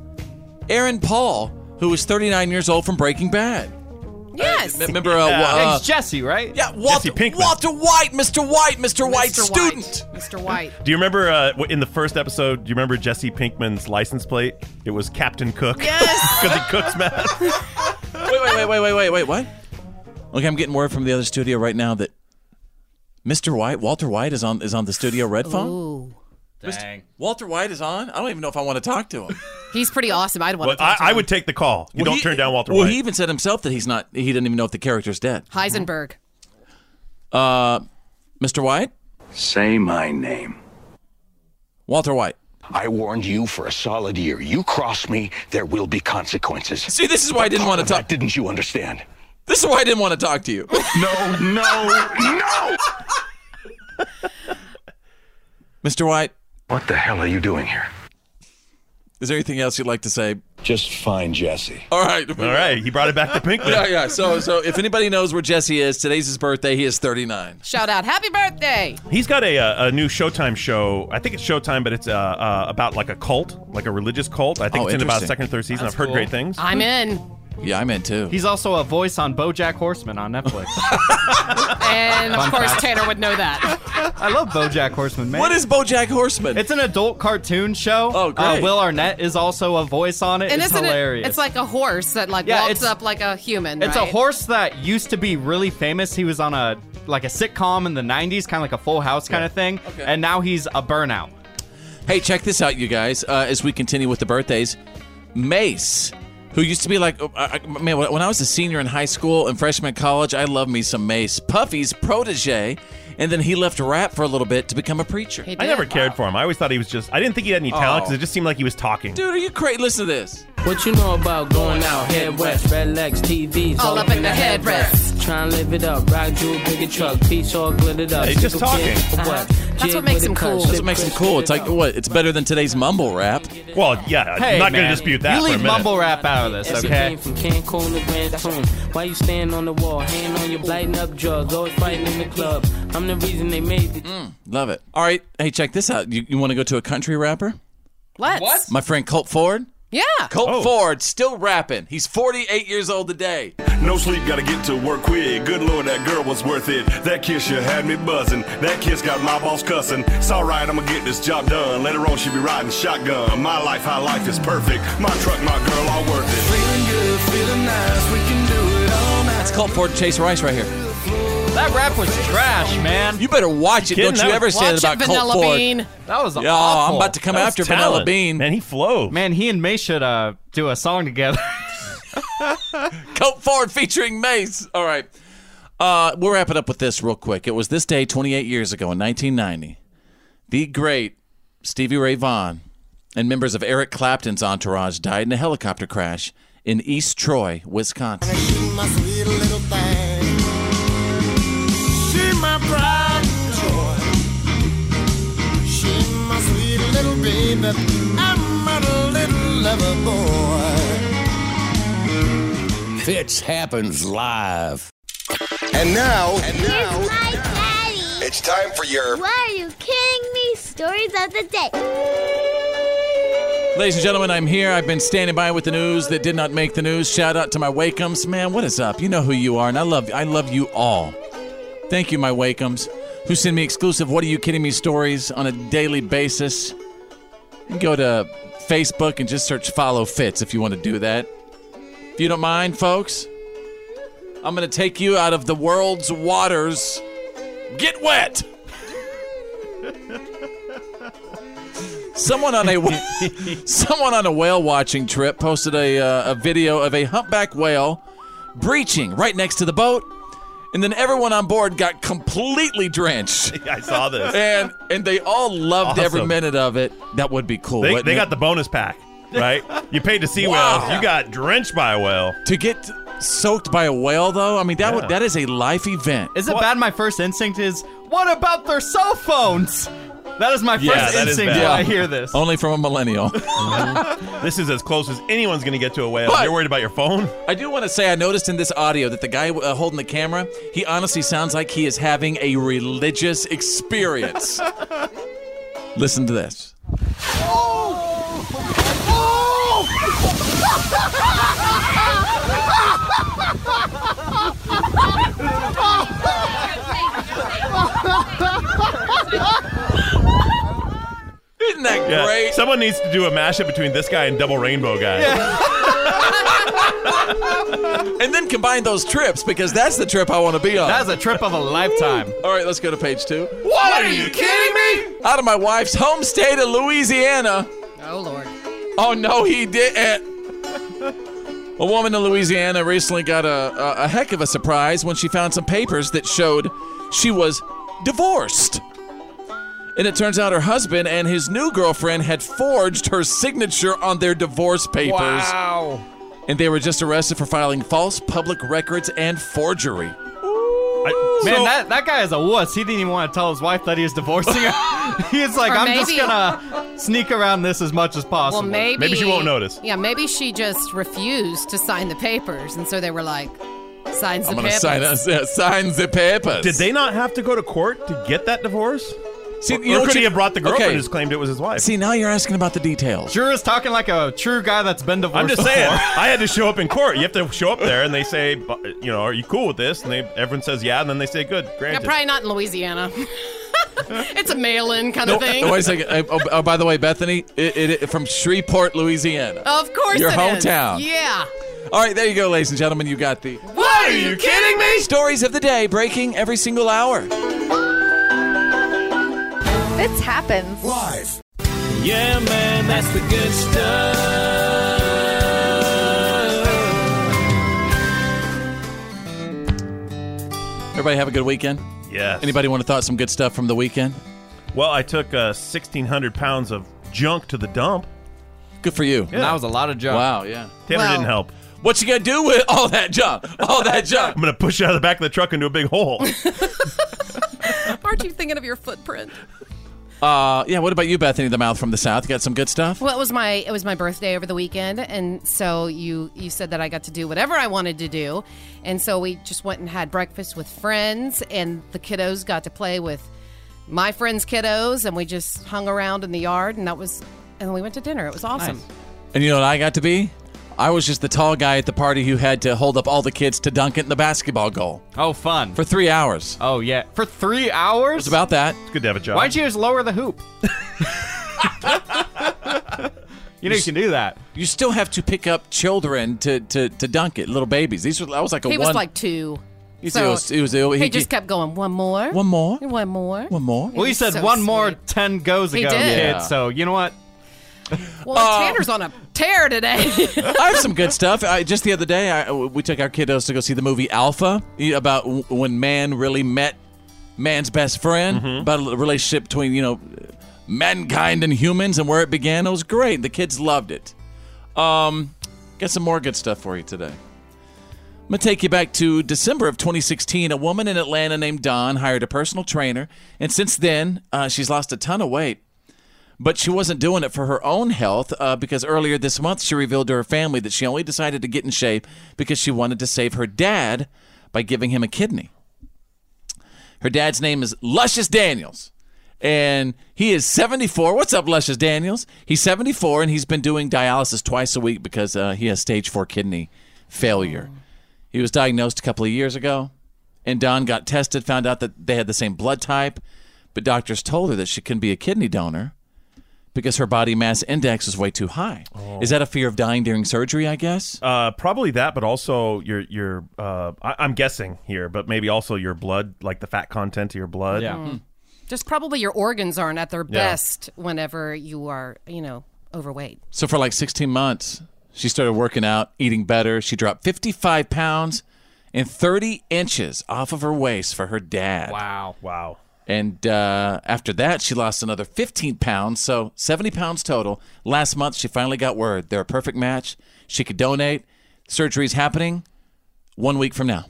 S1: Aaron Paul, who was 39 years old from Breaking Bad.
S2: Yes.
S1: Remember, uh,
S4: Yeah.
S1: Wa-
S4: Yeah,
S1: uh,
S4: it's Jesse, right?
S1: Yeah, Walter, Walter White, Mr. White, Mr. White, student.
S2: Mr. White.
S3: Do you remember uh, w- in the first episode? Do you remember Jesse Pinkman's license plate? It was Captain Cook. <laughs>
S2: Yes.
S3: Because he cooks meth.
S1: <laughs> wait, wait, wait, wait, wait, wait, wait, what? Okay, I'm getting word from the other studio right now that Mr. White, Walter White, is on is on the studio red phone.
S2: Ooh.
S1: Dang. Walter White is on. I don't even know if I want to talk to him.
S2: He's pretty awesome. I'd want
S1: Well,
S2: to talk to
S1: I- I
S2: him.
S1: would
S3: Take the call. You
S1: Well,
S3: <laughs> don't
S1: he-
S3: turn down Walter
S1: Well,
S3: White.
S1: he even said himself that he's not. He didn't even know if the character's dead.
S2: Heisenberg.
S1: Uh, Mr. White.
S15: Say my name.
S1: Walter White.
S15: I warned you for a solid year. You cross me, there will be consequences.
S1: See, this is why I didn't want to talk.
S15: Didn't you understand?
S1: This is why I didn't want to talk to you.
S15: <laughs> No, no, no!
S1: Mr. White.
S15: What the hell are you doing here?
S1: Is there anything else you'd like to say?
S15: Just find Jesse.
S1: All right.
S3: All right. He brought it back to
S1: <laughs>
S3: Pinkman.
S1: yeah, yeah. So, so if anybody knows where Jesse is, today's his birthday. He is 39.
S2: Shout out. Happy birthday.
S3: He's got a, uh, a new Showtime show. I think it's Showtime, but it's uh, uh, about like a cult, like a religious cult. I think
S1: Oh,
S3: it's in about
S1: interesting.
S3: second or third season.
S1: That's
S3: I've heard
S1: cool.
S3: great things.
S2: I'm in.
S1: Yeah, I'm in too.
S4: He's also a voice on BoJack Horseman on Netflix.
S2: And of
S4: Fun
S2: course,
S4: fact.
S2: Tanner would know that.
S4: I love BoJack Horseman, man.
S1: What is BoJack Horseman?
S4: It's an adult cartoon show. Oh,
S2: great.
S4: Will Arnett is also a voice on it.
S2: and
S4: it's
S2: isn't
S4: hilarious.
S2: it? It's like a horse that like
S4: Yeah,
S2: walks
S4: it's-
S2: up like a human.
S4: It's a
S2: right?
S4: horse that used to be really famous. He was on a like a sitcom in the '90s, kind of like a Full House kind of thing. And now he's a burnout.
S1: Hey, check this out, you guys. Uh, as we continue with the birthdays, Mace, who used to be like, uh, I, I- man, when when I was a senior in high school and freshman in college, I loved me some Mace. Puffy's protege, and then he left rap for a little bit to become a preacher.
S3: I never cared for him. I always thought he was just. I didn't think he had any talent
S1: Oh.
S3: because it just seemed like he was talking.
S1: Dude, are you crazy? Listen to this.
S16: What you know about going out head west? Red legs, TVs,
S2: All up in the headrest.
S16: Tryna live it up, rock jewel, bigger truck, peace all glittered up.
S1: He's just
S16: Single kid,
S1: talking.
S16: what?
S2: Uh-huh. That's
S16: Jig
S2: what makes
S16: with
S2: him
S16: a cut,
S2: cool.
S1: That's what makes him cool. It's like what? It's better than today's mumble rap.
S3: Well, yeah,
S16: I'm not gonna dispute that
S4: You
S16: for a
S4: leave
S16: minute.
S4: mumble rap out of this,
S16: Essie
S4: okay?
S16: came from Cancun to Grand Tune. Why you stand on the wall, hand on your lighting up drugs, always fighting in the club. I'm the reason they made it.
S1: Love it. All right, hey, check this out. You, you want to go to a country rapper?
S2: Let's.
S1: My friend Colt Ford.
S2: Yeah.
S1: Colt Ford still rapping. He's 48 years old today.
S17: No sleep, gotta get to work quick. Good lord, that girl was worth it. That kiss you had me buzzing. That kiss got my boss cussing. It's alright, I'ma get this job done. Later on, she be riding shotgun. My life, how life is perfect. My truck, my girl, all worth it. Feeling good, feeling nice. We can do it all night.
S1: That's Colt Ford and Chase Rice right here.
S4: That rap was trash, man.
S1: You better watch it. Don't you ever say that about Colt Ford.
S4: That was
S1: Yo, I'm
S4: awful.
S1: about to come That was after Vanilla talent. Bean.
S3: Man, he flows.
S4: Man, he and May should uh, do a song <laughs> together.
S1: Colt Ford featuring Mace. All right. Uh, we'll wrap it up with this real quick. It was this day 28 years ago in 1990. The great Stevie Ray Vaughan and members of Eric Clapton's entourage died in a helicopter crash in East Troy, Wisconsin.
S7: My sweet little thing. She my pride and joy. She my sweet little baby. I'm a little lover boy.
S11: Fitz happens live.
S5: And now,
S6: Here's my daddy.
S5: it's time for your.
S6: Why are you kidding me? Stories of the day.
S1: Ladies and gentlemen, I'm here. I've been standing by with the news that did not make the news. Shout out to my Wakeums. Man, what is up? You know who you are, and I love I love you all. Thank you, my Wakeums, who send me exclusive What Are You Kidding Me stories on a daily basis. You can go to Facebook and just search Follow Fits if you want to do that. If you don't mind, folks, I'm going to take you out of the world's waters. Get wet! <laughs> Someone on a someone on a whale watching trip posted a uh, a video of a humpback whale breaching right next to the boat, and then everyone on board got completely
S3: <laughs>
S1: drenched.
S3: <laughs> I
S1: <laughs>
S3: saw this.
S1: and and they all loved every
S3: Awesome.
S1: minute of it. That would be cool.
S3: They,
S1: wouldn't
S3: they
S1: it?
S3: got the bonus pack, right? you paid to
S1: <laughs>
S3: see
S1: Wow.
S3: whales. You got drenched by a whale.
S1: to get get soaked by a whale though? I mean, that would
S4: Yeah.
S1: that is a life event.
S4: Is it bad? My first instinct is, what about their cell phones? That is my first instinct when I hear this.
S1: Only from a millennial.
S3: This is as close as anyone's going to get to a whale. You're worried about your phone?
S1: I do want to say I noticed in this audio that the guy uh, holding the camera, he honestly sounds like he is having a religious experience. <laughs> Listen to this. Isn't that
S3: great? Someone needs to do a mashup between this guy and Double Rainbow guy.
S1: and then combine those trips because that's the trip I want to be on. That's
S4: a trip of a lifetime.
S1: All right, let's go to page two.
S9: What, are you kidding
S1: me? Out of my wife's home state of Louisiana.
S2: Oh, Lord.
S1: Oh no, he didn't. A woman in Louisiana recently got a, a, a heck of a surprise when she found some papers that showed she was divorced. And it turns out her husband and his new girlfriend had forged her signature on their divorce papers.
S4: Wow.
S1: And they were just arrested for filing false public records and forgery.
S4: Man,
S1: So-
S4: that, that guy is a wuss. He didn't even want to tell his wife that he is divorcing her. <laughs> He's like,
S2: Or
S4: I'm just
S2: maybe-
S4: gonna sneak around this as much as possible.
S2: Well, maybe.
S4: notice.
S2: Yeah, maybe she just refused to sign the papers. And so they were like, signs
S1: I'm
S2: the
S1: gonna
S2: papers.
S1: sign us. <laughs> Yeah, sign the papers.
S3: Did they not have to go to court to get that divorce?
S1: See,
S3: or,
S1: you know
S3: or
S1: what
S3: could
S1: you-
S3: he have brought the girlfriend
S1: okay.
S3: who's claimed it was his wife?
S1: See, now you're asking about the details.
S4: Sure is talking like a true guy that's been divorced.
S3: I'm just
S4: <laughs>
S3: saying,
S4: before.
S3: I had to show up in court. You have to show up there, and they say, "Bu- you know, are you cool with this? And they, everyone says, yeah, and then they say, good,
S2: Yeah,
S3: granted.
S2: probably not in Louisiana. <laughs> it's a mail in kind
S1: No,
S2: of thing.
S1: wait a second. Uh, Oh, oh, by the way, Bethany, it, it, it- from Shreveport, Louisiana.
S2: Of course
S1: Your
S2: it is.
S1: hometown.
S2: Yeah.
S1: All right, there you go, ladies and gentlemen. You got the
S9: What are you kidding me?
S1: stories of the day breaking every single hour.
S18: This happens.
S5: Live.
S9: Yeah, man, that's the good stuff.
S1: Everybody have a good weekend.
S3: Yes.
S1: Anybody want to thought some good stuff from the weekend?
S3: Well, I took uh, 1,600 pounds of junk to the dump.
S1: Good for you.
S4: And that was a lot of junk.
S1: Wow, yeah.
S3: Tanner
S1: Well-
S3: didn't help.
S1: What you gonna do with all that junk? All that junk.
S3: I'm gonna push it out of the back of the truck into a big hole.
S2: Aren't you thinking of your footprint?
S1: Uh, yeah. What about you, Bethany, the mouth from the south? You got some good stuff.
S2: Well, it was my it was my birthday over the weekend, and so you you said that I got to do whatever I wanted to do, and so we just went and had breakfast with friends, and the kiddos got to play with my friends' kiddos, and we just hung around in the yard, and that was, and we went to dinner. It was awesome.
S1: And you know what I got to be? I was just the tall guy at the party who had to hold up all the kids to dunk it in the basketball goal
S4: Oh, fun.
S1: for three hours.
S4: Oh, yeah. For three hours?
S1: It's about that.
S3: It's good to have a job.
S4: Why'd you just lower the hoop? you know you can do that.
S1: You still have to pick up children to to, to dunk it, little babies. These were I was like a
S2: he
S1: one.
S2: was like two.
S1: He was- he was- he-
S2: he just kept going. One more. One
S1: more.
S2: One more.
S1: One more.
S4: Well, you said one more 10 goes
S2: He
S4: ago,
S2: did.
S4: kid,
S2: Yeah.
S4: so you know what?
S2: Well,
S4: Uh,
S2: Tanner's on a
S4: <laughs>
S2: tear today.
S1: I have some good stuff. I, just the other day, I, we took our kiddos to go see the movie Alpha about w- when man really met man's best friend, about a relationship between you know mankind and humans and where it began. It was great. The kids loved it. Um, got some more good stuff for you today. I'm going to take you back to December of 2016. A woman in Atlanta named Dawn hired a personal trainer, and since then, uh, she's lost a ton of weight. But she wasn't doing it for her own health uh, because earlier this month she revealed to her family that she only decided to get in shape because she wanted to save her dad by giving him a kidney. Her dad's name is Luscious Daniels. And he is 74. What's up, Luscious Daniels? He's 74 and he's been doing dialysis twice a week because uh, he has stage four kidney failure. He was diagnosed a couple of years ago. And Don got tested, found out that they had the same blood type. But doctors told her that she couldn't be a kidney donor because her body mass index is way too high. Is that a fear of dying during surgery, I guess?
S3: Uh, probably that, but also your your uh, I, I'm guessing here, but maybe also your blood, like the fat content of your blood.
S2: Mm. Just probably your organs aren't at their
S3: Yeah.
S2: best whenever you are, you know, overweight.
S1: So for like 16 months, she started working out, eating better. She dropped 55 pounds and 30 inches off of her waist for her dad.
S4: Wow. Wow.
S1: And uh, after that, she lost another 15 pounds, so 70 pounds total. Last month, she finally got word they're a perfect match. She could donate. Surgery's happening. one week from now.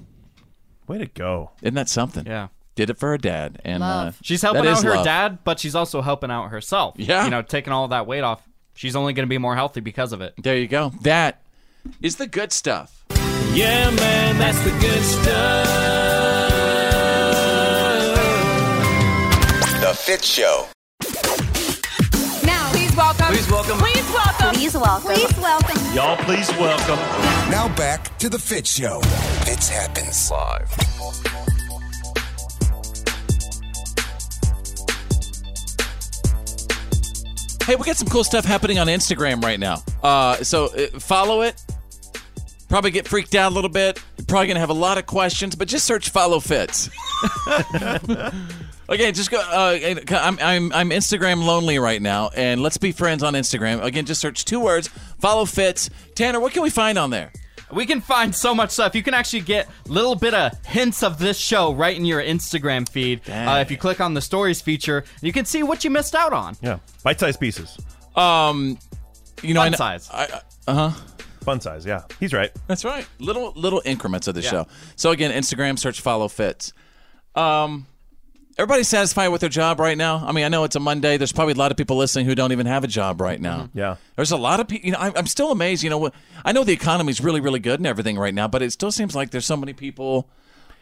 S3: Way to go!
S1: Isn't that something?
S4: Yeah.
S1: Did it for her dad, and uh,
S4: she's helping
S1: that
S4: out
S1: is
S4: her
S1: love.
S4: dad, but she's also helping out herself.
S1: Yeah.
S4: You know, taking all that weight off. She's only going to be more healthy because of it.
S1: There you go. That is the good stuff.
S9: Yeah, man, that's the good stuff.
S5: The Fit Show.
S19: Now, please welcome.
S5: Please welcome.
S19: Please welcome. Please welcome. Please welcome.
S5: Y'all, please welcome. Now back to the Fit Show. Fits happens live.
S1: Hey, we got some cool stuff happening on Instagram right now. Uh, so uh, follow it. Probably get freaked out a little bit. You're probably gonna have a lot of questions, but just search "follow
S9: <laughs>
S1: fits." okay, just go. Uh, I'm, I'm I'm Instagram lonely right now, and let's be friends on Instagram. Again, just search two words: "follow fits." Tanner, what can we find on there?
S4: We can find so much stuff. You can actually get little bit of hints of this show right in your Instagram feed. Uh, if you click on the stories feature, you can see what you missed out on.
S3: Yeah, bite-sized pieces.
S1: Um, you know,
S4: Fun
S1: I kn-
S4: size.
S1: Uh huh.
S3: Fun size. Yeah, he's right.
S1: That's right. Little little increments of the
S3: Yeah.
S1: show. So again, Instagram search follow fits. Um, everybody satisfied with their job right now? I mean, I know it's a Monday. There's probably a lot of people listening who don't even have a job right now.
S3: Mm-hmm. Yeah.
S1: There's a lot of people. You know, I'm, I'm still amazed. You know, wh- I know the economy's really really good and everything right now, but it still seems like there's so many people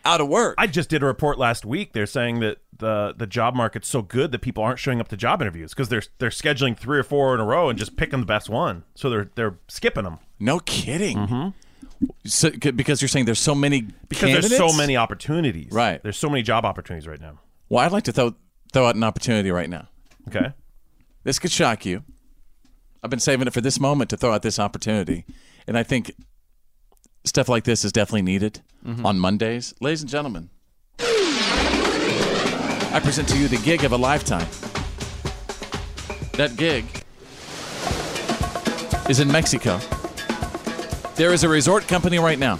S1: out of work.
S3: I just did a report last week. They're saying that the the job market's so good that people aren't showing up to job interviews because they're they're scheduling three or four in a row and just picking the best one. So they're they're skipping them.
S1: No kidding. So, c- because you're saying there's so many
S3: Mm-hmm. Because there's so
S1: candidates?
S3: many opportunities.
S1: Right.
S3: There's so many job opportunities right now.
S1: Well, I'd like to throw throw out an opportunity right now.
S3: Okay.
S1: This could shock you. I've been saving it for this moment to throw out this opportunity, and I think stuff like this is definitely needed
S9: Mhm.
S1: on Mondays, ladies and gentlemen. I present to you the gig of a lifetime. That gig is in Mexico. There is a resort company right now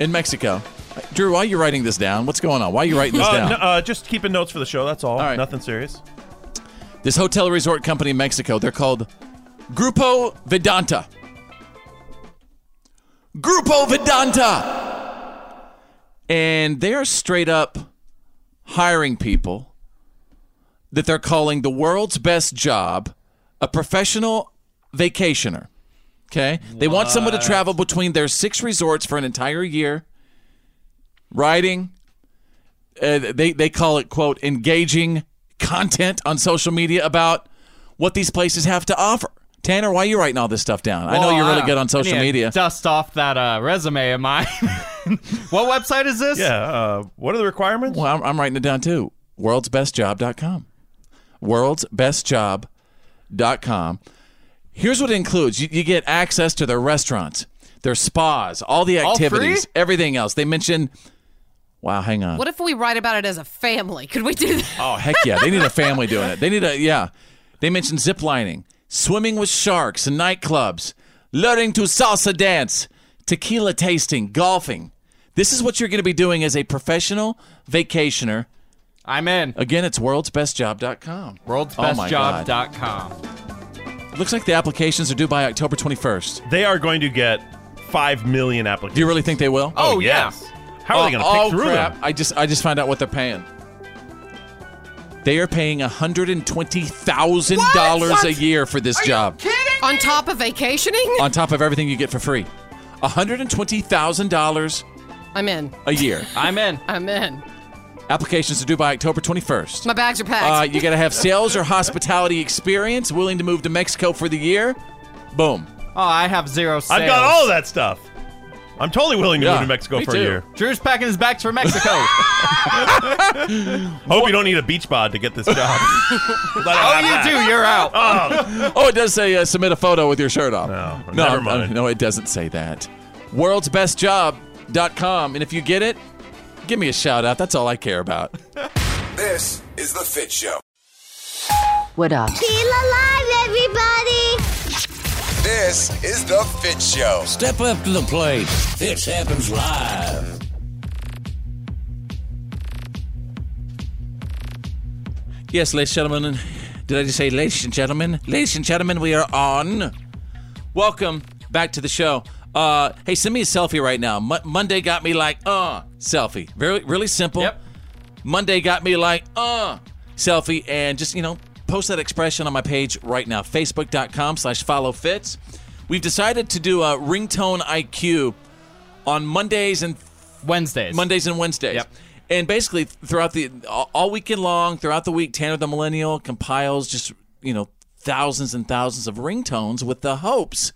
S1: in Mexico. Drew, why are you writing this down? What's going on? Why are you writing this
S3: Uh,
S1: down?
S3: no, uh, just keeping notes for the show. That's all. Nothing serious.
S1: This hotel resort company in Mexico, they're called Grupo Vedanta. Grupo Vedanta! And they are straight up hiring people that they're calling the world's best job a professional vacationer. Okay? They want someone to
S9: What?
S1: travel between their six resorts for an entire year, riding, uh, they they call it quote engaging content on social media about what these places have to offer. Tanner, why are you writing all this stuff down? I know
S4: Well,
S1: you're really
S4: uh,
S1: good on social
S4: I need to
S1: media.
S4: Dust off that uh, resume of mine. <laughs> what website is this?
S1: Yeah.
S3: Uh, what are the requirements?
S1: Well, I'm, I'm writing it down too. Worldsbestjob.com. Worldsbestjob.com. Here's what it includes: you, you get access to their restaurants, their spas, all the
S2: All free?
S1: activities, everything else. They mention. Wow, hang on.
S2: What if we write about it as a family? Could we do that?
S1: Oh heck yeah! They need a family doing it. They need a yeah. They mentioned zip lining, swimming with sharks and nightclubs, learning to salsa dance, tequila tasting, golfing. This is what you're going to be doing as a professional vacationer.
S4: I'm in.
S1: Again, it's worldsbestjob.com. Oh God.
S4: Worldsbestjob.com.
S1: Looks like the applications are due by October 21st.
S3: They are going to get five million applications.
S1: Do you really think they will?
S4: Oh, Oh, yeah.
S3: yes. How are they
S1: Oh,
S3: gonna pick
S1: oh,
S3: through them?
S1: crap. I just I just found out what they're paying. They are paying $120,000 a
S2: What?
S1: year for this job.
S2: On top of vacationing?
S1: on top of everything you get for free. $120,000
S2: I'm in.
S1: a year.
S4: I'm in.
S2: I'm in.
S1: Applications are due by October 21st.
S2: My bags are
S1: Uh,
S2: packed.
S1: you got to have sales or hospitality experience, willing to move to Mexico for the year. Boom.
S4: Oh, I have zero sales.
S1: got all
S3: that stuff. I'm totally willing to move to Mexico for a year.
S4: Drew's packing his bags
S1: <laughs>
S4: for Mexico.
S3: Hope you don't need a beach bod to get
S4: <laughs>
S3: this job. <laughs>
S4: oh, you do. You're out.
S1: Oh, it does say uh, submit a photo with your shirt on. No,
S3: never
S1: I'm-
S3: mind.
S1: uh, no, it doesn't say that. Worldsbestjob.com. And if you get it, give me a shout out. That's all I care about.
S5: This is the Fit Show.
S1: What up?
S6: Feel alive, everybody.
S5: This is the Fit Show.
S11: Step up to the plate. Fits happens live.
S1: Yes, ladies and gentlemen. Did I just say ladies and gentlemen? Ladies and gentlemen, we are on. Welcome back to the show. Uh, hey, send me a selfie right now. Mo- Monday got me like, uh, selfie. Very, really simple. Yep. Monday got me like, uh, selfie. And just, you know, post that expression on my page right now. Facebook.com slash follow fits. We've decided to do a ringtone IQ on Mondays and
S4: Wednesdays.
S1: Mondays and Wednesdays. Yep. And basically, throughout the all all weekend long, throughout the week, Tanner the Millennial compiles just you know thousands and thousands of ringtones with the hopes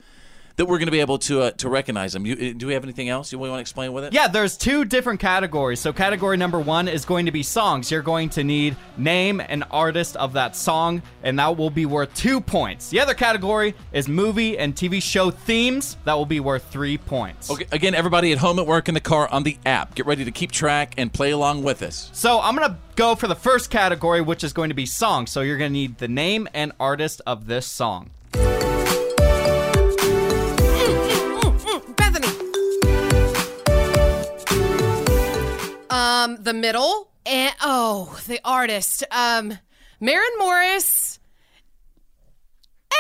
S1: that we're going to be able to uh, to recognize them. You, uh, do we have anything else you want to explain with it?
S4: Yeah, there's two different categories. So category number one is going to be songs. You're going to need name and artist of that song, and that will be worth two points. The other category is movie and TV show themes. That will be worth three points.
S1: Okay, again, everybody at home, at work, in the car, on the app, get ready to keep track and play along with us.
S4: So I'm gonna go for the first category, which is going to be song. So you're gonna need the name and artist of this song.
S2: Mm, Bethany. Um, the middle and oh, the artist. Um, Marin Morris. uh,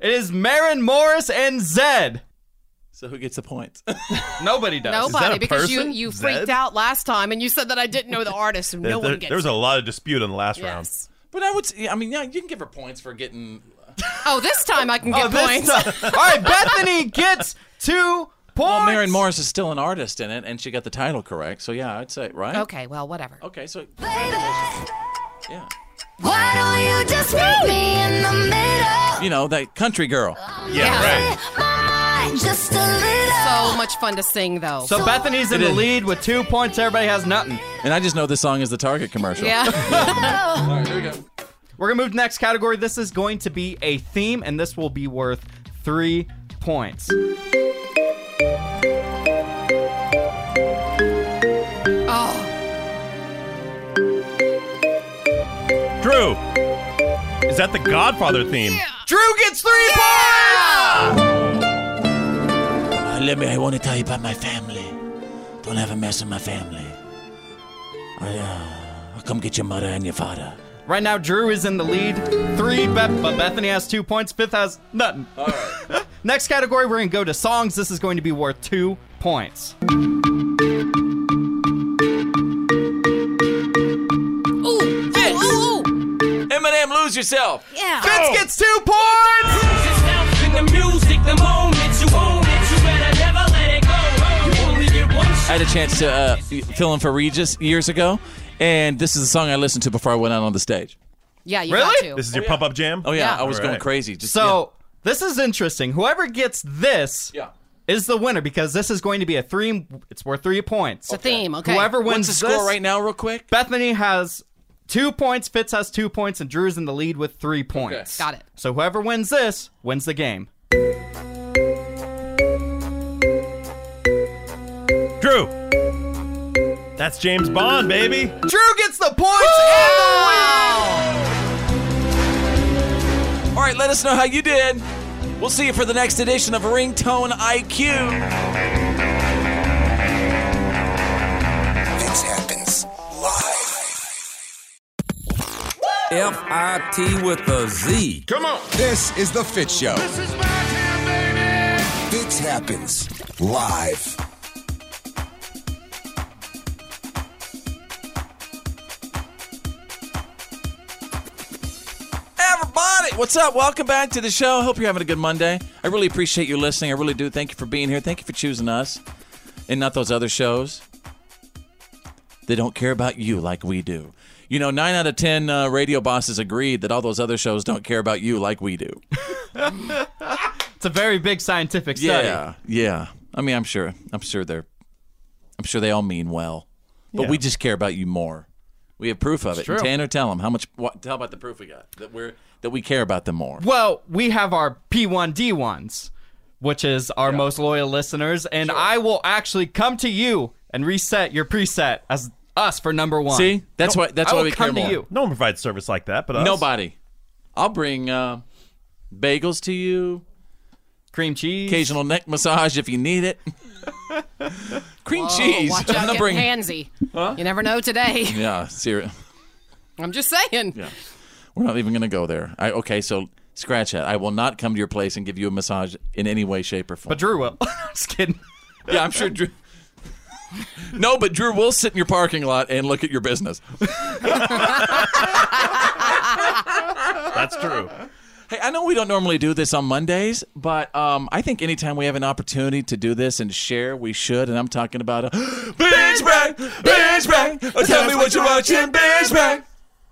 S4: It is Marin Morris and Zed.
S1: So who gets the points? <laughs>
S4: Nobody does.
S2: Nobody, because you you freaked out last time and you said that I didn't know the artist, and
S3: There-
S2: no
S3: there,
S2: one gets.
S3: there was a lot of dispute in the last round.
S1: But I would. Say, I mean, yeah, you can give her points for getting.
S2: oh, this time I can get
S1: Oh, this
S2: points.
S1: time.
S4: All right, Bethany gets two points.
S1: Well, Marion Morris is still an artist in it, and she got the title correct. So yeah, I'd say right.
S2: <laughs> Okay, well, whatever.
S1: Okay, so Yeah.
S8: Why don't you just meet me in the middle?
S1: You know that country girl.
S2: Just a little. So much fun to sing, though. <laughs>
S4: So Bethany's in
S1: It
S4: the
S1: is.
S4: lead with two points. Everybody has nothing.
S1: And I just know this song is the Target commercial.
S2: Yeah.
S1: All right, here we go.
S4: We're gonna move to next category. This is going to be a theme, and this will be worth three points.
S2: Oh,
S3: Drew, is that the Godfather theme?
S4: Drew gets three
S1: Uh, Let me. I want to tell you about my family. Don't ever mess with my family. I, uh, come get your mother and your father.
S4: points. Right now, Drew is in the lead. Three, Beth, but Bethany has two points. Fifth has nothing. All right. <laughs> next category, we're gonna go to songs. This is going to be worth two points.
S1: Ooh, Fitz. Ooh, Eminem, lose yourself.
S2: Yeah.
S4: Fitz gets two points.
S1: I had a chance to uh, fill in for Regis years ago, and this is the song I listened to before I went out on the stage.
S2: <laughs> yeah, you got to.
S3: This is your pump up jam?
S1: Oh yeah,
S4: Yeah.
S1: I was
S4: Alright.
S1: going crazy. Just,
S4: So this is interesting. Whoever gets this is the winner because this is going to be a three. It's worth three points.
S2: It's a theme. Okay.
S4: Whoever wins
S1: What's the score
S4: this-
S1: right now, real quick?
S4: Bethany has two points. Fitz has two points, and Drew's in the lead with three points.
S2: Got it.
S4: So whoever wins this wins the game.
S3: Drew. That's James Bond, baby.
S4: Drew gets the points
S1: All right, let us know how you did. We'll see you for the next edition of Ringtone IQ.
S5: Fits happens live.
S20: F I T with a Z.
S5: Come on. This is the Fit Show. This is my time, baby. Fits happens live.
S1: Everybody, what's up? Welcome back to the show. Hope you're having a good Monday. I really appreciate you listening. I really do. Thank you for being here. Thank you for choosing us and not those other shows. They don't care about you like we do. You know, nine out of 10 uh, radio bosses agreed that all those other shows don't care about you like we do.
S4: It's a very big scientific study.
S1: Yeah, yeah. I mean, I'm sure. I'm sure they're. I'm sure they all mean well, but
S4: Yeah.
S1: we just care about you more. We have proof of it. And
S4: true.
S1: Tanner, tell them how much. What, tell about the proof we got that we're that we care about them more.
S4: Well, we have our P1D1s, which is our most loyal listeners, and I will actually come to you and reset your preset as us for number one.
S1: See, that's
S4: No,
S1: why. That's
S4: I
S1: why
S4: will
S1: we
S4: come
S1: care
S4: to
S1: more.
S4: you.
S3: No one provides service like that, but us.
S1: Nobody. I'll bring uh, bagels to you.
S4: Cream cheese.
S1: Occasional neck massage if you need it. <laughs> Cream
S2: Whoa,
S1: cheese.
S2: Oh, Watch out,
S1: I'm not
S2: get
S1: bringing.
S2: handsy. You never know today. <laughs>
S1: Yeah, serious.
S2: I'm just saying.
S1: We're not even gonna go there. I, okay, so Scratch that. I will not come to your place and give you a massage in any way, shape, or form.
S4: But Drew will. <laughs> Just kidding.
S1: Yeah, I'm sure Drew. <laughs> no, but Drew will sit in your parking lot and look at your business.
S3: That's true.
S1: Hey, I know we don't normally do this on Mondays, but um, I think anytime we have an opportunity to do this and share, we should. And I'm talking about a <gasps> bench brag, bench brag. Oh, tell me what you're watching, bench brag.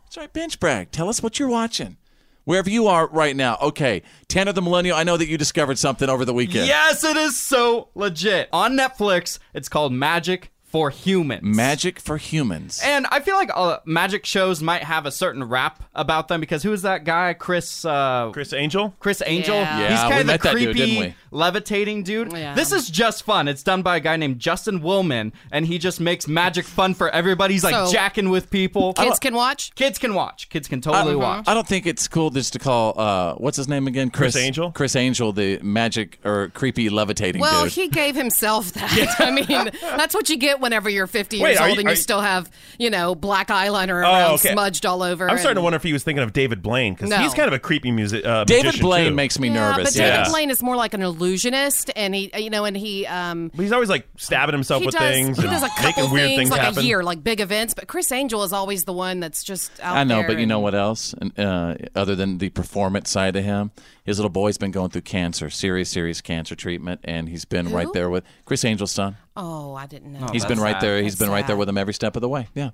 S1: That's right, bench brag. Tell us what you're watching. Wherever you are right now. Okay, Tanner the Millennial, I know that you discovered something over the weekend.
S4: Yes, it is so legit. On Netflix, it's called Magic for Humans.
S1: Magic for humans.
S4: And I feel like uh, magic shows might have a certain rap about them because who is that guy? Chris. Uh,
S3: Chris Angel.
S4: Chris Angel.
S1: Yeah. Yeah,
S4: He's
S1: we
S4: kind
S1: met
S4: of the
S1: that dude,
S4: creepy,
S1: didn't we?
S4: levitating dude.
S1: Yeah.
S4: This is just fun. It's done by a guy named Justin Willman, and he just makes magic fun for everybody. He's like
S2: So-
S4: jacking with people.
S2: Kids can watch.
S4: Kids can watch. Kids can totally
S1: I,
S2: Uh-huh.
S4: watch.
S1: I don't think it's cool just to call uh, what's his name again?
S3: Chris Angel?
S1: Chris Angel, the magic or creepy levitating
S2: Well,
S1: dude.
S2: he gave himself that. <laughs> I mean, that's what you get whenever you're 50
S3: Wait,
S2: years
S3: are
S2: old
S3: you-
S2: and you
S3: are you-
S2: still have, you know, black eyeliner
S3: Oh,
S2: around
S3: okay.
S2: smudged all over.
S3: I'm starting to
S2: and-
S3: wonder if he was thinking of David Blaine because
S2: No.
S3: he's kind of a creepy music. Uh,
S1: David
S3: magician,
S1: Blaine
S3: too.
S1: makes me
S2: Yeah,
S1: nervous.
S2: but David Blaine is more like an illusionist, and he, you know, and he, um,
S3: But he's always like stabbing himself
S2: he
S3: with
S2: does,
S3: things.
S2: he
S3: and
S2: does a couple
S3: making weird
S2: things,
S3: things
S2: like
S3: happen.
S2: a year, like big events. But Chris Angel is always the one that's just out
S1: I know,
S2: there
S1: but you
S2: and-
S1: know what else? And, Uh, other than the performance side to him, his little boy's been going through cancer, serious, serious cancer treatment, and he's been right
S2: Who?
S1: there with Chris Angel's son.
S2: Oh, I didn't know.
S1: He's been right there. He's been right there with him every step of the way. Yeah.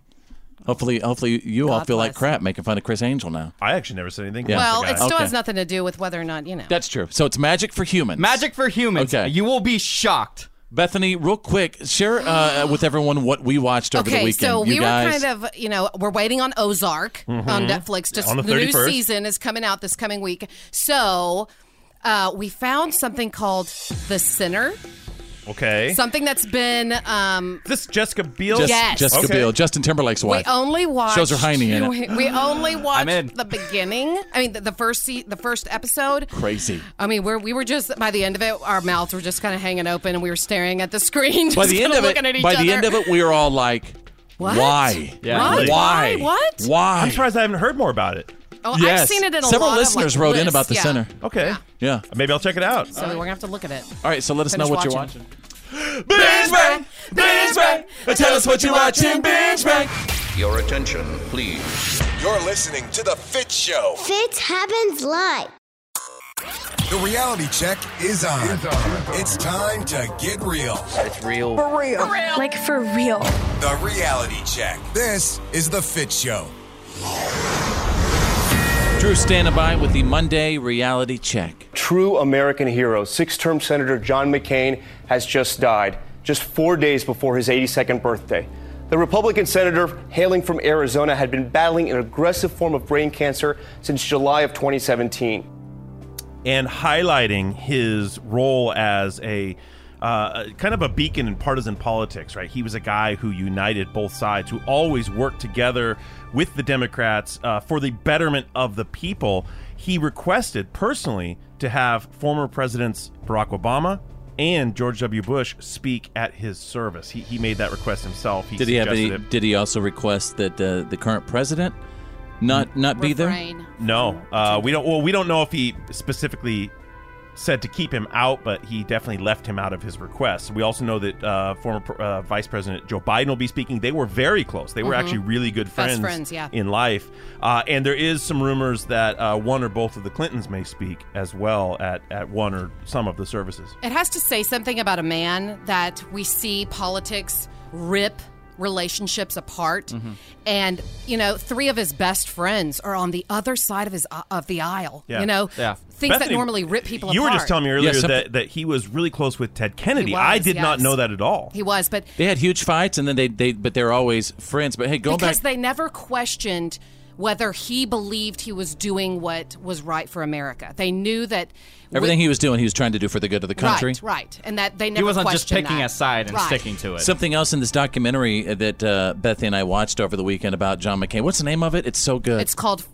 S1: Hopefully, hopefully you all
S2: God
S1: feel like
S2: bless
S1: crap making fun of Chris Angel now.
S3: I actually never said anything.
S1: Yeah.
S2: Well,
S1: Okay.
S2: it still
S1: Okay.
S2: has nothing to do with whether or not you know.
S1: That's true. So it's magic for humans.
S4: Magic for humans.
S1: Okay.
S4: You will be shocked.
S1: Bethany, real quick, share uh, with everyone what we watched over the
S2: okay,
S1: weekend.
S2: so
S1: you
S2: we
S1: guys.
S2: were kind of, you know, we're waiting on Ozark
S3: Mm-hmm.
S1: Mhm.
S2: on Netflix. Just
S1: On the
S2: new
S1: 31st.
S2: season is coming out this coming week. So uh, we found something called The Sinner,
S3: Okay.
S2: something that's been. Um,
S3: this Jessica Biel.
S1: Just-
S2: Yes.
S1: Jessica
S2: Okay.
S1: Biel, Justin Timberlake's
S2: we
S1: wife.
S2: only watched.
S1: Shows her hiney in
S2: we,
S1: it.
S2: <laughs> we only
S1: in.
S2: watched the beginning. I mean, the, the first se- the first episode.
S1: Crazy.
S2: I mean, we're, we were just by the end of it, our mouths were just kind of hanging open, and we were staring at the screen. Just <laughs>
S1: by the end
S2: kinda
S1: of
S2: looking at
S1: it,
S2: each
S1: by the
S2: other.
S1: end of it, we are all like,
S2: What?
S1: "Why?
S2: Yeah. What?
S1: Why?
S2: Why? What?
S1: Why?"
S3: I'm surprised I haven't heard more about it.
S2: Oh, I've seen it in a
S1: Several
S2: lot
S1: listeners
S2: of, like,
S1: wrote in
S2: lists,
S1: about the
S2: yeah.
S1: center.
S3: Okay.
S1: Yeah.
S3: Maybe I'll check it out.
S2: So we're gonna have to look at it.
S1: All right, so let us know
S2: Finish
S1: what you're
S2: watching.
S1: watching. Binge break, binge break. Tell us what you're watching, binge break.
S11: Your attention, please.
S5: You're listening to The Fit Show.
S6: Fits happens live.
S5: The reality check is on. It's, time to get real.
S11: It's real.
S12: For real. Like for real.
S5: The reality check. This is The Fit Show.
S1: Drew standing by with the Monday reality check.
S13: True American hero, six term Senator John McCain has just died, just four days before his 82nd birthday. The Republican senator, hailing from Arizona, had been battling an aggressive form of brain cancer since July of 2017.
S3: and highlighting his role as a uh, a- kind of a beacon in partisan politics, right? He was a guy who united both sides, who always worked together with the Democrats uh, for the betterment of the people. He requested personally to have former presidents Barack Obama and George W. Bush speak at his service. He, he made that request himself. He
S1: Did he have any?
S3: suggested it.
S1: Did he also request that uh, the current president not
S2: Mm-hmm.
S1: not be there?
S3: No, uh, we don't. Well, we don't know if he specifically said to keep him out, but he definitely left him out of his request. We also know that uh, former pr- uh, Vice President Joe Biden will be speaking. They were very close. They were
S2: Mhm.
S3: actually really good
S2: Best
S3: friends,
S2: friends, yeah.
S3: in life. Uh, and there is some rumors that uh, one or both of the Clintons may speak as well at at one or some of the services.
S2: It has to say something about a man that we see politics rip relationships apart, and you know, three of his best friends are on the other side of his uh, of the aisle.
S3: Yeah.
S2: You know,
S3: Yeah.
S2: things that
S3: Bethany,
S2: normally rip people
S3: You
S2: apart.
S3: were just telling me earlier
S1: some-
S3: that, that he was really close with Ted Kennedy.
S2: He
S3: I
S2: was,
S3: did not
S2: yes.
S3: know that at all.
S2: he was, but
S1: They had huge fights, and then they they but they're always friends. But hey, going back,
S2: because they never questioned whether he believed he was doing what was right for America. They knew that
S1: everything he was doing, he was trying to do for the good of the country.
S2: Right, right, and that they never
S4: He wasn't just
S2: questioned
S4: picking
S2: that.
S4: a side and
S2: Right.
S4: sticking to it.
S1: Something else in this documentary that uh, Bethany and I watched over the weekend about John McCain. What's the name of it? It's so good.
S2: It's called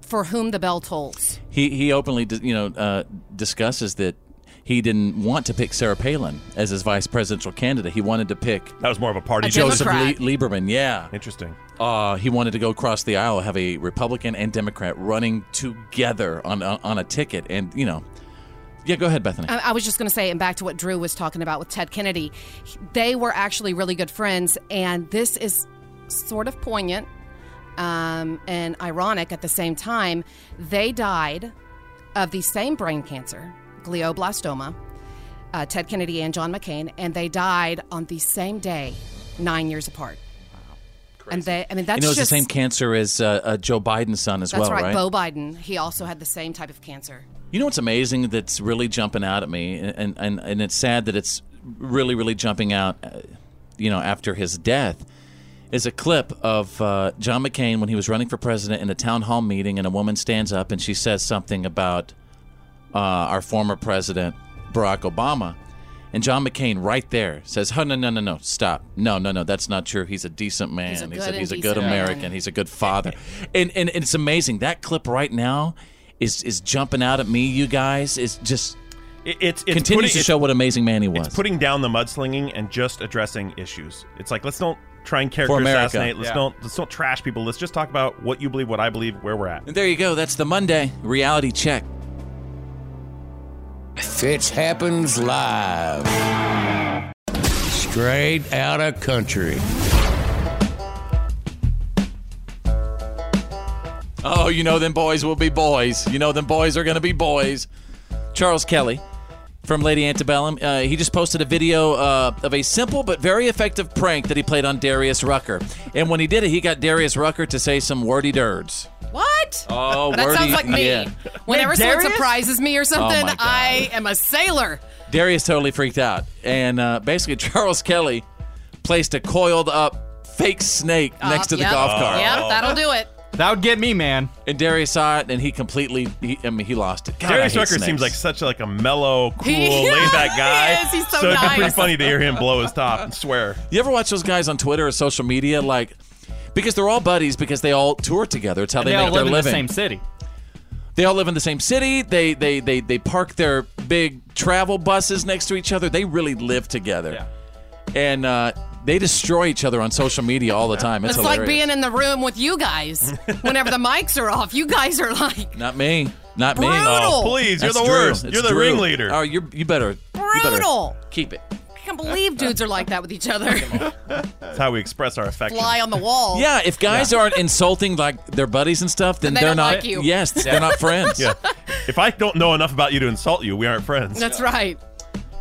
S2: "For Whom the Bell Tolls."
S1: he he openly, dis- you know, uh, discusses that he didn't want to pick Sarah Palin as his vice presidential candidate. He wanted to pick
S3: that was more of a party
S2: A
S1: Joseph
S2: Democrat.
S1: Lie- Lieberman. Yeah,
S3: interesting.
S1: Uh, he wanted to go across the aisle, have a Republican and Democrat running together on uh, on, on a ticket, and you know, yeah. Go ahead, Bethany.
S2: I, I was just going to say, and back to what Drew was talking about with Ted Kennedy, he- they were actually really good friends, and this is sort of poignant um, and ironic at the same time. They died of the same brain cancer, glioblastoma, uh, Ted Kennedy and John McCain, and they died on the same day, nine years apart. Wow. And they, I mean, that's
S1: you know, it's
S2: just
S1: the same cancer as uh, uh, Joe Biden's son as
S2: that's
S1: well, right?
S2: right. Bo Biden, he also had the same type of cancer.
S1: You know what's amazing that's really jumping out at me, and and, and it's sad that it's really really jumping out, uh, you know, after his death, is a clip of uh, John McCain when he was running for president in a town hall meeting, and a woman stands up and she says something about uh, our former president Barack Obama, and John McCain right there says, "Oh, "No, no, no, no, stop! No, no, no, that's not true. He's a decent man.
S21: He's a
S1: he's
S21: good
S1: a,
S21: and
S1: he's a good
S21: decent
S1: American.
S21: man."
S1: He's a
S21: <laughs>
S1: good father." and, and and it's amazing that clip right now is is jumping out at me. You guys, it's just
S3: It- it's, it's
S1: continues
S3: putting-
S1: to show what amazing man he
S3: It's
S1: was.
S3: putting down the mudslinging and just addressing issues. It's like let's don't try and character
S1: For America.
S3: assassinate. Let's
S1: Yeah.
S3: don't let's don't trash people. Let's just talk about what you believe, what I believe, where we're at.
S1: And there you go. That's the Monday reality check.
S11: Fitz happens live. Straight out of country.
S1: Oh, you know them boys will be boys. You know them boys are going to be boys. Charles Kelly from Lady Antebellum, uh, he just posted a video uh, of a simple but very effective prank that he played on Darius Rucker. And when he did it, he got Darius Rucker to say some wordy dirds.
S2: What?
S1: Oh,
S2: that
S1: wordy.
S2: sounds like me.
S1: yeah.
S2: Whenever someone
S1: Darius?
S2: surprises me or something,
S1: my God.
S2: I am a sailor.
S1: Darius totally freaked out. And uh, basically, <laughs> Charles Kelly placed a coiled up fake snake next to the
S2: Uh, Yep.
S1: golf cart.
S2: Yep, that'll do it.
S1: That would get me, man. And Darius saw it, and he completely, he, I mean, he lost it. God, I
S3: Darius
S1: hate
S3: Rucker
S1: snakes.
S3: seems like such like a <laughs> mellow, cool,
S1: He-
S3: laid back
S1: He
S3: guy.
S1: is. He's so
S3: it'd be pretty
S1: nice.
S3: funny to hear him blow <laughs> his top and swear.
S1: You ever watch those guys on Twitter or social media? Like, because they're all buddies because they all tour together. It's how
S4: And
S1: they,
S4: they
S1: make
S4: all
S1: their
S4: live in the
S1: living.
S4: same city.
S1: They all live in the same city. They they they they park their big travel buses next to each other. They really live together. And uh, they destroy each other on social media all the time. It's,
S2: It's,
S1: hilarious.
S2: like being in the room with
S1: <laughs>
S2: you guys. Whenever the mics are off, you guys are like,
S1: Not me. Not me.
S2: Brutal. Oh, please,
S3: you're
S1: That's
S3: the
S1: Drew.
S3: worst.
S1: It's
S3: You're the
S1: Drew.
S3: ringleader.
S1: Oh, you're, you better. you better
S2: Brutal.
S1: keep it.
S2: I can't believe dudes are like that with each other. <laughs>
S3: That's how we express our affection.
S2: Fly on the wall.
S1: Yeah, if guys aren't insulting like their buddies and stuff, then
S2: Then they
S1: are
S2: don't
S1: not.
S2: like you.
S1: Yes, they're not friends.
S3: <laughs> Yeah. If I don't know enough about you to insult you, we aren't friends.
S2: That's right.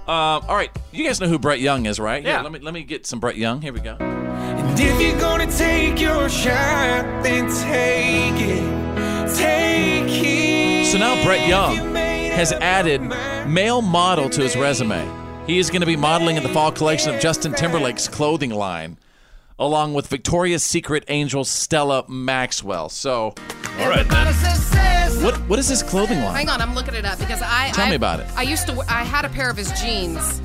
S1: Uh, all right, you guys know who Brett Young is, right?
S9: Yeah.
S1: Let me let me get some Brett Young. Here we go.
S9: And if you're gonna take your shot, then take it. Take it.
S1: So now Brett Young has added male model to his resume. He is going to be modeling in the fall collection of Justin Timberlake's clothing line, along with Victoria's Secret angel Stella Maxwell. So, all right. What what is this clothing line?
S2: Hang on, I'm looking it up because I.
S1: Tell
S2: I-
S1: me about it.
S2: I used to. I had a pair of his jeans.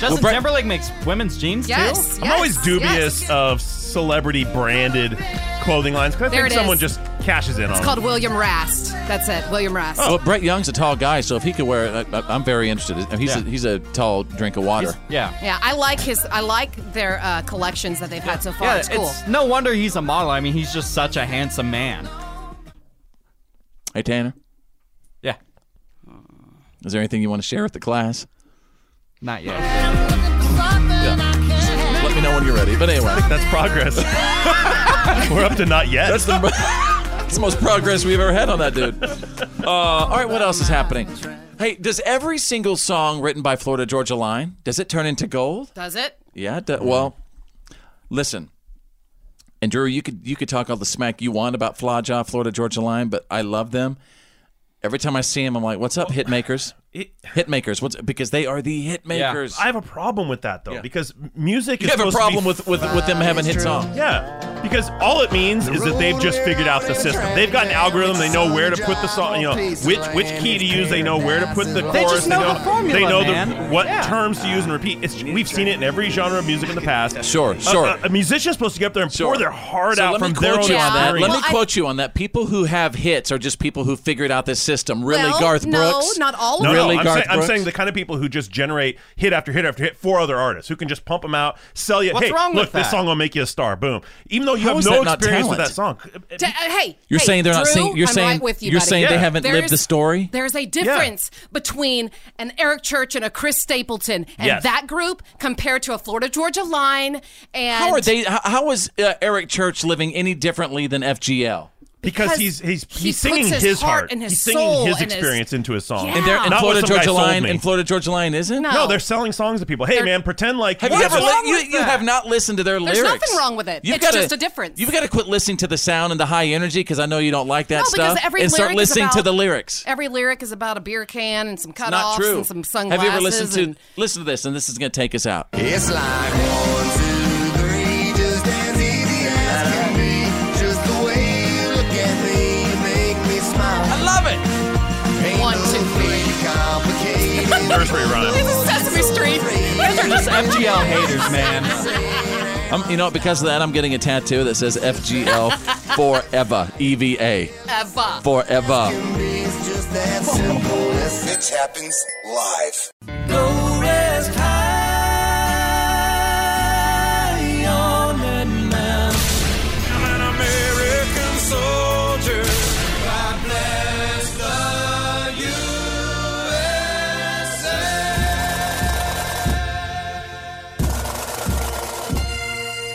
S4: Justin Timberlake makes women's jeans
S2: Yes,
S4: too.
S3: I'm always
S2: yes,
S3: dubious
S2: yes.
S3: of celebrity branded clothing lines because I
S2: There
S3: think
S2: it
S3: someone
S2: is.
S3: just cashes in
S2: It's
S1: Oh.
S3: on.
S2: called
S3: them.
S2: William Rast. That's it, William Rast.
S1: Well, Brett Young's a tall guy, so if he could wear it, I, I- I'm very interested. He's a, he's a tall drink of water.
S4: Yeah.
S2: Yeah, I like his. I like their uh, collections that they've had so far.
S4: Yeah,
S2: it's cool.
S4: it's no wonder he's a model. I mean, he's just such a handsome man.
S1: Hey Tanner.
S4: Yeah.
S1: Is there anything you want to share with the class?
S4: Not yet.
S1: Let me know when you're ready. But anyway,
S3: that's
S1: <laughs>
S3: progress. We're up to not yet.
S1: That's the, <laughs> that's the most progress we've ever had on that dude. Uh, all right, what else is happening? Hey, does every single song written by Florida Georgia Line does it turn into gold?
S2: Does it?
S1: Yeah. it do- well, listen, and Drew, you could you could talk all the smack you want about Flaja, Florida Georgia Line, but I love them. Every time I see them, I'm like, "What's up, hit makers? Hit makers? What's because they are the hit makers."
S3: I have a problem with that though, because music.
S1: You
S3: is
S1: have a
S3: supposed to
S1: problem
S3: be-
S1: with- with- with them having hit songs.
S3: Yeah, because all it means is that they've just figured out the system. They've got an algorithm. They know where to put the song. You know which which key to use. They know where to put the
S4: They
S3: chorus.
S4: just know the formula,
S3: They know
S4: man.
S3: what
S4: Yeah.
S3: terms to use and repeat. It's, we've seen it in every genre of music in the past.
S1: Sure,
S3: A-
S1: sure.
S3: A, a musician's supposed to get up there and pour their heart
S1: So
S3: out
S1: let
S3: from
S1: me
S3: their own
S1: quote you on that.
S3: experience.
S1: Let me quote you on that. People who have hits are just people who figured out this system. Really,
S2: Well,
S1: Garth
S2: no,
S1: Brooks?
S2: not all of
S3: No,
S1: Really,
S3: no, I'm,
S1: Garth
S3: saying, I'm
S1: Brooks?
S3: saying the kind of people who just generate hit after hit after hit for other artists who can just pump them out, sell you.
S2: What's
S3: hey,
S2: wrong with
S3: look, this
S2: that?
S3: song will make you a star. Boom. Even though you
S1: How
S3: have
S1: is
S3: no
S1: that not
S3: experience with
S1: talent?
S3: that song,
S2: D- uh, hey,
S1: You're
S2: hey,
S1: saying they're not
S2: Drew,
S1: saying- you're
S2: I'm
S1: saying-
S2: right with you,
S1: you're
S2: buddy.
S1: saying they haven't lived the story?
S2: There's a difference between an Eric Church and a Chris Stapleton and
S1: Yes.
S2: that group compared to a Florida Georgia Line and
S1: How are they? How, how is uh, Eric Church living any differently than FGL?
S3: Because, he's he's he's singing
S2: his heart and his
S3: he's singing
S2: soul
S3: his
S2: and his-
S3: experience into his song.
S2: Yeah.
S1: And, they're, and
S3: Not what
S1: Florida
S3: some guy
S1: Georgia
S3: sold
S1: Line
S3: me.
S1: and Florida Georgia Line isn't.
S2: No.
S3: No, they're selling songs to people. Hey
S2: They're-
S3: man, pretend like
S1: Have you
S3: have
S1: ever?
S3: a-
S1: Li- you you have not listened to their
S2: There's
S1: lyrics.
S2: nothing wrong with it.
S1: You've
S2: it's
S1: gotta-
S2: just a difference.
S1: You've got to quit listening to the sound and the high energy because I know you don't like that
S2: no,
S1: stuff.
S2: because every
S1: and start
S2: lyric
S1: listening
S2: is about,
S1: to the lyrics.
S2: Every lyric is about a beer can and some
S1: Not
S2: cutoffs
S1: true.
S2: and some sunglasses.
S1: Have you ever listened to
S2: and-
S1: listen to this? And this is going to take us out.
S5: It's like one, two, three, just as easy as can be. Just the way you look at me, you make me smile. I
S1: love it.
S5: Ain't one, two, three, complicated.
S3: Nursery rhyme.
S2: This is Sesame Street. These
S1: are just FGL haters, man. I'm, you know, what? because of that, I'm getting a tattoo that says FGL forever, EVA,
S2: Eva.
S1: forever.
S5: It's just that simple. It happens live.
S9: Go rest high on that mountain. I'm an American soldier. God bless the USA.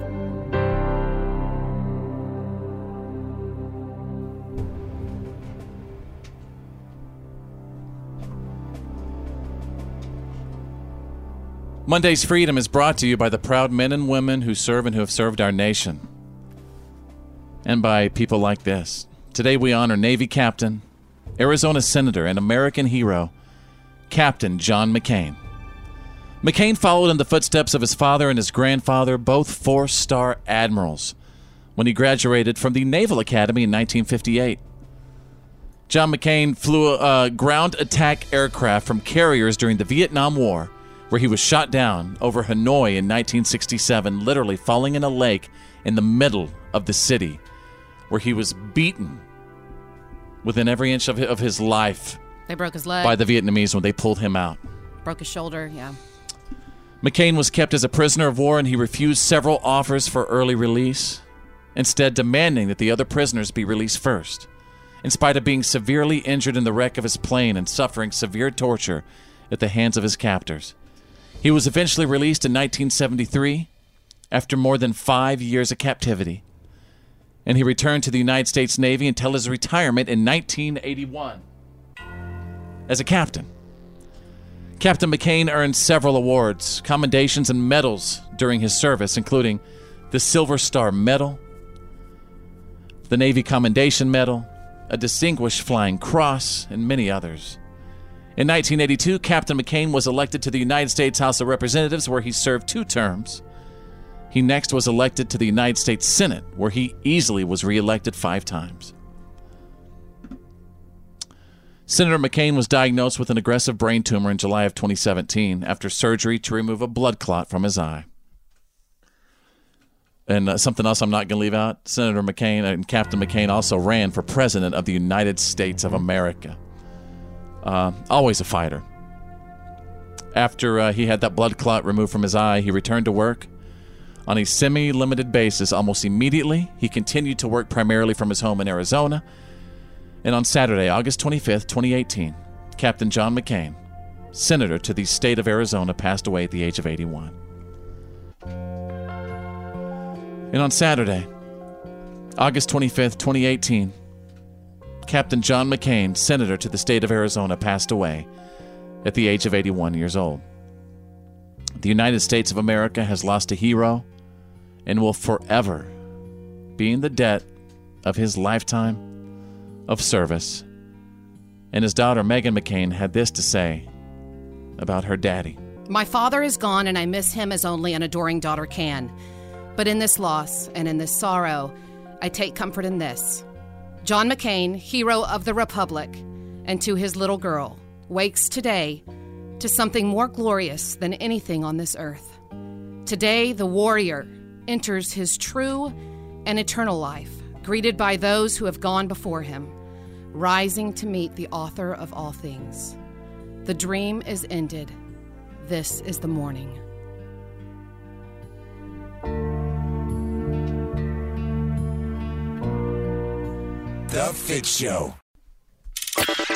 S1: Monday's Freedom is brought to you by the proud men and women who serve and who have served our nation, and by people like this. Today we honor Navy Captain, Arizona Senator, and American hero, Captain John McCain. McCain followed in the footsteps of his father and his grandfather, both four star admirals, when he graduated from the Naval Academy in 1958. John McCain flew a ground attack aircraft from carriers during the Vietnam War, where he was shot down over Hanoi in 1967, literally falling in a lake in the middle of the city, where he was beaten within every inch of of his life
S2: They broke his leg.
S1: by the Vietnamese when they pulled him out.
S2: broke his shoulder. Yeah.
S1: McCain was kept as a prisoner of war and he refused several offers for early release, instead, demanding that the other prisoners be released first. In spite of being severely injured in the wreck of his plane and suffering severe torture at the hands of his captors, he was eventually released in 1973 after more than five years of captivity. And he returned to the United States Navy until his retirement in 1981 as a captain. Captain McCain earned several awards, commendations, and medals during his service, including the Silver Star Medal, the Navy Commendation Medal, a Distinguished Flying Cross, and many others. In 1982, Captain McCain was elected to the United States House of Representatives, where he served two terms. He next was elected to the United States Senate, where he easily was reelected five times. Senator McCain was diagnosed with an aggressive brain tumor in July of 2017 after surgery to remove a blood clot from his eye. And uh, something else I'm not going to leave out Senator McCain and Captain McCain also ran for president of the United States of America. Uh, always a fighter. After uh, he had that blood clot removed from his eye, he returned to work on a semi limited basis almost immediately. He continued to work primarily from his home in Arizona. And on Saturday, August 25th, 2018, Captain John McCain, senator to the state of Arizona, passed away at the age of 81. And on Saturday, August 25th, 2018, Captain John McCain, senator to the state of Arizona, passed away at the age of 81 years old. The United States of America has lost a hero and will forever be in the debt of his lifetime of service. And his daughter, Megan McCain, had this to say about her daddy.
S2: My father is gone, and I miss him as only an adoring daughter can. But in this loss and in this sorrow, I take comfort in this John McCain, hero of the Republic, and to his little girl, wakes today to something more glorious than anything on this earth. Today, the warrior enters his true and eternal life, greeted by those who have gone before him, rising to meet the author of all things. The dream is ended. This is the morning.
S11: The Fit Show.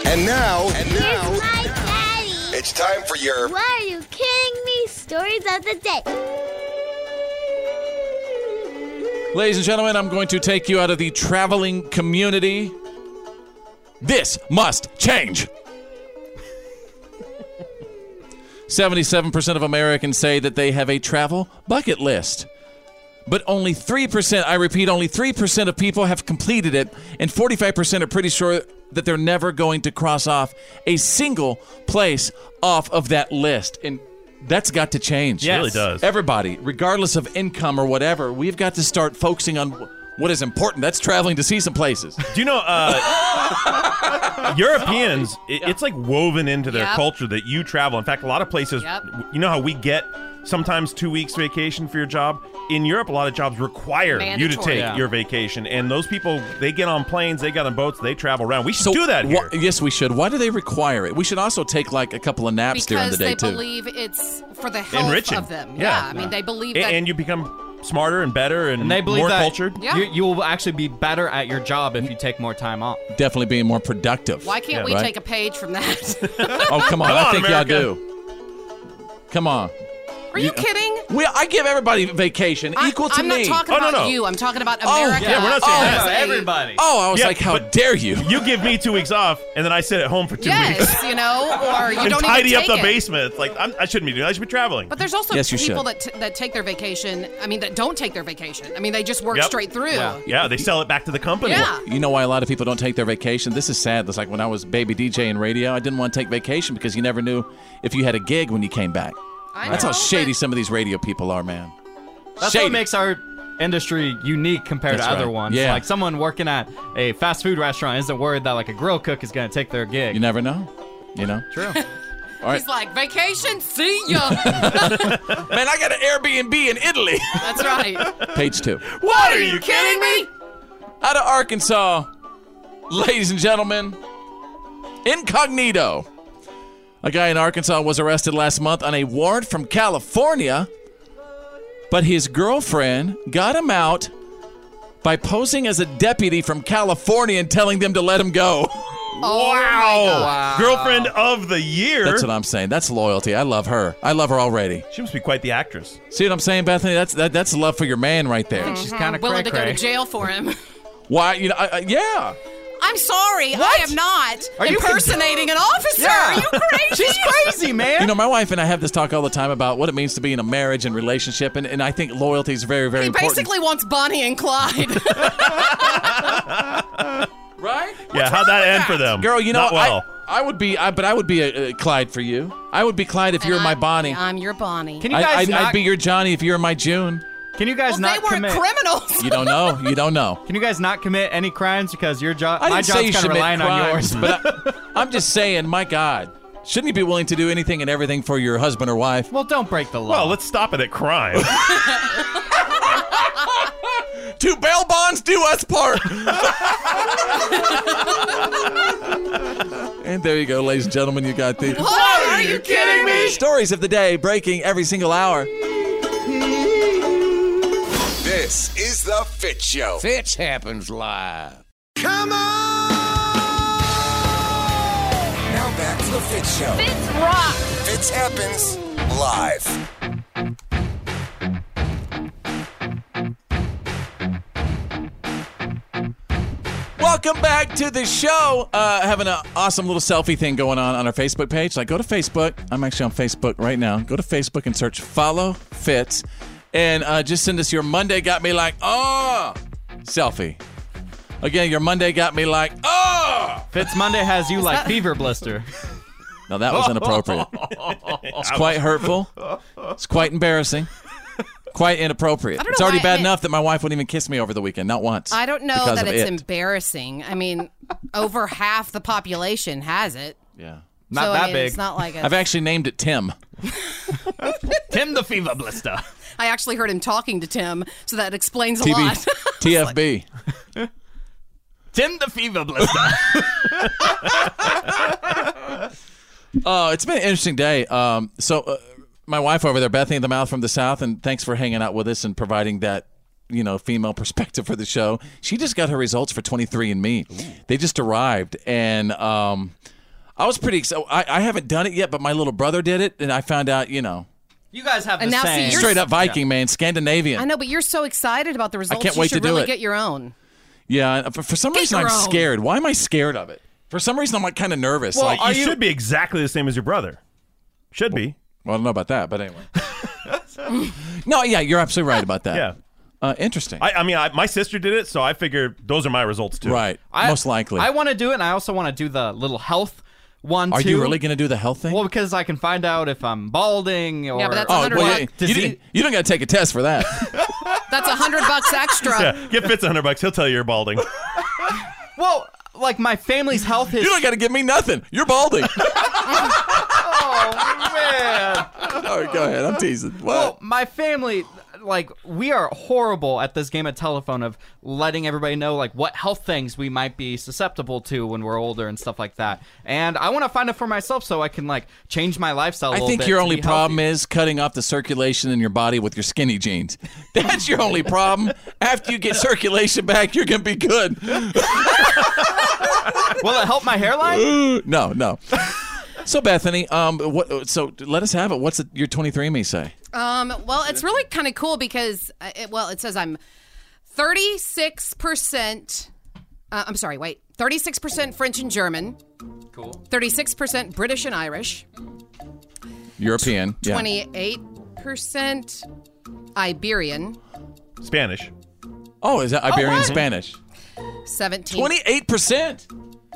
S7: And now,
S6: and now, my daddy.
S7: it's time for your.
S6: Why are you kidding me? Stories of the day.
S1: Ladies and gentlemen, I'm going to take you out of the traveling community. This must change. 77% of Americans say that they have a travel bucket list. But only 3%, I repeat, only 3% of people have completed it, and 45% are pretty sure that they're never going to cross off a single place off of that list. And that's got to change.
S3: Yes. It really does.
S1: Everybody, regardless of income or whatever, we've got to start focusing on wh- what is important. That's traveling to see some places.
S3: Do you know uh,
S2: <laughs>
S3: Europeans? It, It's like woven into their
S1: Yep.
S3: culture that you travel. In fact, a lot of places.
S1: Yep.
S3: You know how we get sometimes two weeks vacation for your job. In Europe, a lot of jobs require you to
S1: Mandatory.
S3: take
S1: Yeah.
S3: your vacation, and those people they get on planes, they get on boats, they travel around. We should do that here.
S1: yes, we should. Why do they require it? We should also take like a couple of naps during the
S2: because
S1: day
S2: they
S1: too.
S2: believe it's for the health
S3: Enriching.
S2: of them.
S3: Yeah.
S2: I mean, they believe
S3: A-
S2: that.
S3: and, you become smarter and better and,
S4: And they believe
S3: more
S4: that
S3: cultured.
S2: Yeah.
S4: you, you will actually be better at your job if you take more time off.
S1: Definitely being more productive.
S2: why can't we
S1: Right?
S2: take a page from that?
S1: <laughs> Oh come on!
S2: Come
S1: I
S2: on,
S1: think
S2: America.
S1: y'all do. Come on.
S2: Are you kidding?
S1: We, I give everybody vacation equal to
S2: I'm
S1: me.
S2: not talking about you. I'm talking about America. as a-
S1: Oh, I was like, how dare you?
S3: You give me two weeks off, and then I sit at home for two weeks.
S2: Yes, you know, or you
S3: <laughs> and
S2: don't
S3: tidy
S2: even
S3: up
S2: take
S3: the
S2: it.
S3: basement. It's Like I'm, I shouldn't be doing. that. I should be traveling.
S2: But there's also
S3: Yes, you should.
S2: people that t- that take their vacation. I mean, that don't take their vacation. I mean, they just work
S1: Yep.
S2: straight through.
S1: Yeah.
S3: yeah, they sell it back to the company.
S2: Yeah.
S1: You know why a lot of people don't take their vacation? This is sad. That's like when I was baby DJ in radio, I didn't want to take vacation because you never knew if you had a gig when you came back.
S2: I
S1: That's how
S2: know,
S1: shady some of these radio people are, man.
S4: That's
S1: Shady.
S4: what makes our industry unique compared
S1: That's
S4: to other
S1: right.
S4: ones.
S1: Yeah.
S4: Like someone working at a fast food restaurant isn't worried that like a grill cook is going to take their gig. You
S1: never know. You know. <laughs>
S4: True.
S1: All right.
S2: He's like vacation. See ya.
S1: Man, I got an Airbnb in Italy. <laughs>
S2: That's right.
S1: Page two.
S2: What are you kidding me?
S1: Out of Arkansas, ladies and gentlemen, incognito. A guy in Arkansas was arrested last month on a warrant from California, but his girlfriend got him out by posing as a deputy from California and telling them to let him go.
S2: Oh
S3: wow. Girlfriend of the year.
S1: That's what I'm saying. That's loyalty. I love her. I love her already.
S3: She must be quite the actress.
S1: See what I'm saying, Bethany? That's that, that's love for your man right there.
S2: Mhm.
S4: Hmm,
S2: willing to go to jail for him.
S1: <laughs> Why? You know? I, I, yeah.
S2: I'm sorry, I am not
S1: Are you-
S2: impersonating an officer.
S1: Yeah.
S2: Are you
S1: <laughs>
S2: crazy? She's
S4: crazy, man.
S1: You know, my wife and I have this talk all the time about what it means to be in a marriage and relationship, and, and I think loyalty is very, very
S2: He
S1: important.
S2: basically wants Bonnie and Clyde.
S1: right?
S3: yeah, how'd that end for them?
S1: Girl, you know,
S3: Not well.
S1: I, I would be, I, but I would be a, a Clyde for you. I would be Clyde if <laughs> you're my Bonnie.
S2: I'm your Bonnie.
S1: I- I, would be your Johnny if you're my June.
S4: Can you guys
S2: well,
S4: not
S2: they weren't
S4: commit?
S1: <laughs>
S2: criminals. <laughs>
S1: You don't know. You don't know.
S4: <laughs> Can you guys not commit any crimes because your job,
S1: I
S4: my
S1: didn't say you
S4: job's kind
S1: should commit
S4: of relying on
S1: crimes,
S4: yours.
S1: but I, I'm just saying, my God, shouldn't you be willing to do anything and everything for your husband or wife?
S4: <laughs> Well, don't break the law.
S3: Well, let's stop it at crime.
S1: Two bail bonds do us part. <laughs> and there you go, ladies and gentlemen. You got the.
S2: What? Are you kidding me?
S1: Stories of the day breaking every single hour.
S11: This is the Fit Show. Fitch happens live.
S7: Come on!
S11: Now back to the Fit Show.
S7: Fitz rock.
S11: Fitz happens live.
S1: Welcome Welcome back to the show. Uh, having an awesome little selfie thing going on on our Facebook page. Like, go to Facebook. I'm actually on Facebook right now. Go to Facebook and search Follow Fits, and uh, just send us your Monday got me like oh selfie. Again, your Monday got me like oh.
S4: Fitz Monday has you like fever blister.
S1: No, that was inappropriate. It's quite hurtful. It's quite embarrassing. Quite inappropriate.
S2: I don't
S1: It's
S2: know
S1: already
S2: why
S1: bad
S2: it-
S1: enough that my wife wouldn't even kiss me over the weekend, not once.
S2: I don't know
S1: because
S2: that
S1: of
S2: it's
S1: it.
S2: embarrassing. I mean, over half the population has it.
S1: yeah.
S2: Not So, I that mean, big. it's not like a-
S1: I've actually named it Tim.
S4: Tim the fever blister.
S2: I actually heard him talking to Tim, so that explains a
S1: TB, <laughs>
S2: lot. <laughs>
S1: TFB.
S4: Tim the
S3: <laughs>
S4: fever blister.
S1: Oh, it's been an interesting day. Um, so, uh, my wife over there, Bethany the Mouth from the South, and thanks for hanging out with us and providing that, you know, female <laughs> perspective for the show. She just got her results for 23andMe. They just arrived, and um, I was pretty excited. I, I haven't done it yet, but my little brother did it, and I found out, you know,
S4: You guys have
S2: And
S4: the
S2: now see,
S4: same.
S2: you're-
S1: straight up Viking, man, Scandinavian.
S2: I know, but you're so excited about the results.
S1: can't
S2: you
S1: wait
S2: should
S1: to do
S2: really
S1: it.
S2: get your own.
S1: Yeah, and uh, for, for some
S2: Get
S1: reason I'm
S2: your own.
S1: scared. Why am I scared of it? For some reason I'm like kind of nervous.
S3: Well,
S1: like
S3: you, should be exactly the same as your brother. Should be.
S1: Well, I don't know about that, but anyway. <laughs> no, yeah, you're absolutely right about that.
S3: Yeah.
S1: Uh, interesting.
S3: I, I mean, I, my sister did it, so I figure those are my results too.
S1: Right. Most likely.
S4: I want to do it, and I also want to do the little health one.
S1: Are
S4: too.
S1: you really going to do the health thing?
S4: Well, because I can find out if I'm balding or
S2: Yeah, but that's
S1: oh,
S2: $100
S1: well, yeah, you,
S4: disease.
S1: didn't, you don't got to take a test for
S4: <laughs>
S1: that.
S2: That's a hundred
S1: <laughs>
S2: bucks extra.
S3: Yeah, give Fitz a hundred bucks. He'll tell you you're balding.
S4: well, like my family's health is.
S1: you don't got to give me nothing. You're balding.
S4: <laughs>
S1: <laughs>
S4: oh man.
S1: All right, go ahead. I'm teasing. What?
S4: Well, my family, like, we are horrible at this game of telephone of letting everybody know, like, what health things we might be susceptible to when we're older and stuff like that. And I want to find it for myself so I can, like, change my lifestyle. I
S1: I think your only problem is cutting off the circulation in your body with your skinny jeans. <laughs> That's your only problem. After you get circulation back, you're going to be good.
S4: Will it help
S1: <laughs>
S4: my hairline?
S1: no, no. So Bethany, um, what? So let us have it. What's it, your 23andMe say?
S2: Um, well, it's really kind of cool because, uh, it, well, it says I'm 36%, uh, I'm sorry, wait, 36% French and German,
S4: Cool.
S2: 36% British and Irish,
S1: European. Yeah.
S2: 28% Iberian,
S3: Spanish.
S1: Oh, is that
S2: Oh,
S1: Iberian
S2: what?
S1: Spanish?
S2: 17
S1: Twenty-eight percent.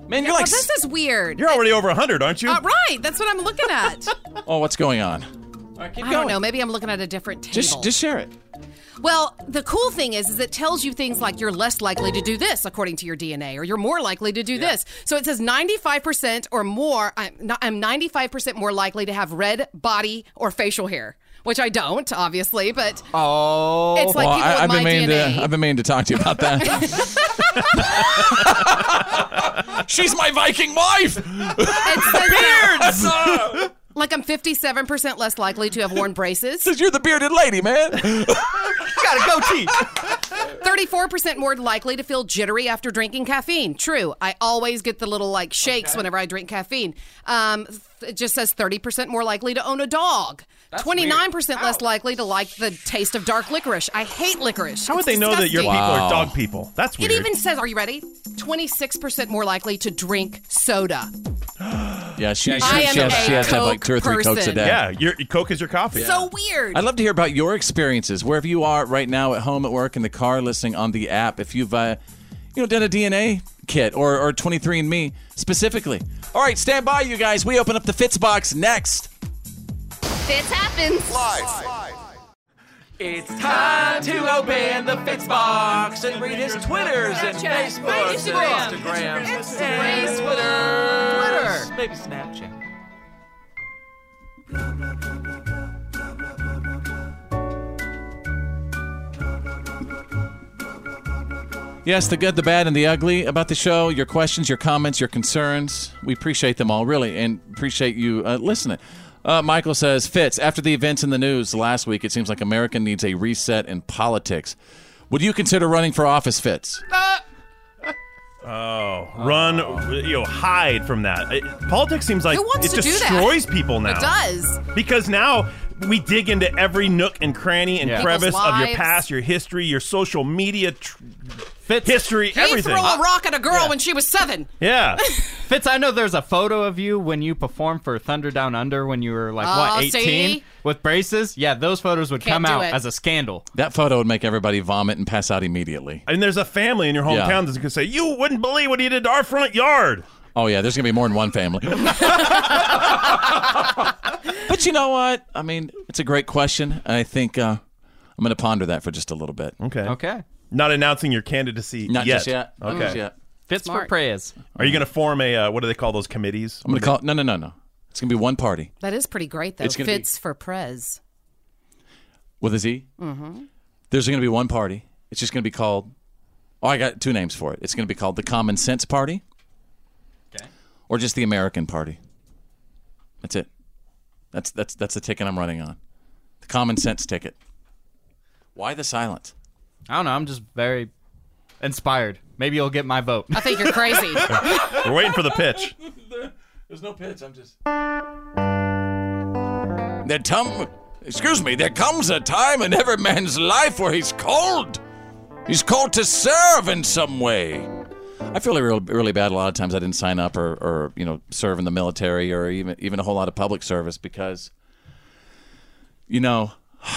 S1: Man, you're
S2: Well,
S1: like.
S2: this
S1: s-
S2: is weird.
S3: You're already over hundred, aren't you?
S2: Uh, right, that's what I'm looking at.
S1: oh, what's going on?
S2: I don't know. Maybe I'm looking at a different table.
S1: Just, just share it.
S2: Well, the cool thing is, is it tells you things like you're less likely to do this according to your DNA, or you're more likely to do this. So it says 95% or more. I'm, not, I'm 95% more likely to have red body or facial hair, which I don't, obviously. But
S4: Oh,
S2: It's like
S1: well,
S2: people
S1: I,
S2: with
S1: have been
S2: my
S1: meaning
S2: DNA.
S1: to. I've been meaning to talk to you about that. <laughs> She's my Viking wife. <laughs>
S2: it <laughs> says,
S1: Beards.
S2: like I'm 57% less likely to have worn
S1: <laughs>
S2: braces.
S1: Says you're the bearded lady, man.
S4: Got a goatee.
S2: 34% more likely to feel jittery after drinking caffeine. True. I always get the little like shakes whenever I drink caffeine. Um, th- it just says 30% more likely to own a dog. 29% less likely to like the taste of dark licorice. I hate licorice.
S3: How would they know that your people are dog people? That's
S2: It
S3: weird.
S2: even says, are you ready? 26% more likely to drink soda.
S1: yeah, she, she,
S2: I am
S1: she has,
S2: a
S1: she has to have like
S2: Coke
S1: two or three cokes a
S2: person.
S1: day.
S3: yeah, your Coke is your coffee.
S2: So weird.
S1: I'd love to hear about your experiences wherever you are right now, at home, at work, in the car, listening on the app. If you've, uh, you know, done a DNA kit or or 23andMe specifically. All right, stand by, you guys. We open up the Fitz box next.
S19: Fits happens. Live.
S1: It's time to open the Fitz box and read his Twitters and Facebooks and Instagrams. And Twitters. Maybe Snapchat. Yes, the good, the bad, and the ugly about the show, your questions, your comments, your concerns. We appreciate them all, really, and appreciate you uh, listening. Uh, Michael says, Fitz, after the events in the news last week, it seems like America needs a reset in politics. Would you consider running for office, Fitz?
S3: Oh, run, you know, hide from that. It- politics seems like
S2: Who wants
S3: it
S2: to do that?
S3: destroys people now.
S2: It does.
S3: Because now we dig into every nook and cranny and
S4: Yeah.
S3: crevice
S2: People's
S3: of your
S2: lives.
S3: past, your history, your social media tr- history,
S2: He
S3: everything.
S2: threw a rock at a girl when she was seven.
S3: Yeah.
S4: Fitz, I know there's a photo of you when you performed for Thunder Down Under when you were like,
S2: Oh,
S4: what, 18?
S2: see?
S4: With braces? Yeah, those photos would come
S2: Can't do
S4: out
S2: it.
S4: as a scandal.
S1: That photo would make everybody vomit and pass out immediately.
S3: And there's a family in your hometown
S1: Yeah.
S3: that's gonna say, "You wouldn't believe what he did to our front yard."
S1: Oh yeah, there's gonna be more than one family. <laughs> but you know what? I mean, it's a great question, and I think uh, I'm gonna ponder that for just a little bit.
S3: Okay.
S4: Okay.
S3: Not announcing your candidacy
S1: Not
S3: yet.
S1: just yet. Not
S3: Okay.
S1: just yet.
S4: Fits for prayers.
S3: Are you going to form a uh, what do they call those committees?
S1: I'm gonna call. No, no, no, no. It's gonna be one party
S2: That is pretty great, though.
S1: It's gonna be-
S2: Fits for Prez.
S1: with a Z.
S2: Mm-hmm.
S1: There's going to be one party. It's just going to be called. Oh, I got two names for it. It's going to be called the Common Sense Party. Okay. Or just the American Party. That's it. That's that's that's the ticket I'm running on. The Common Sense ticket. Why the silence?
S4: I don't know. I'm just very inspired. Maybe you'll get my
S2: <laughs>
S4: vote.
S2: I think
S3: <laughs>
S2: you're crazy.
S3: We're waiting for the pitch.
S1: There's no pitch. I'm just. There come, excuse me. There comes a time in every man's life where he's called. He's called to serve in some way. I feel really, really bad. A lot of times I didn't sign up or, or you know, serve in the military or even even a whole lot of public service because, you know, <sighs>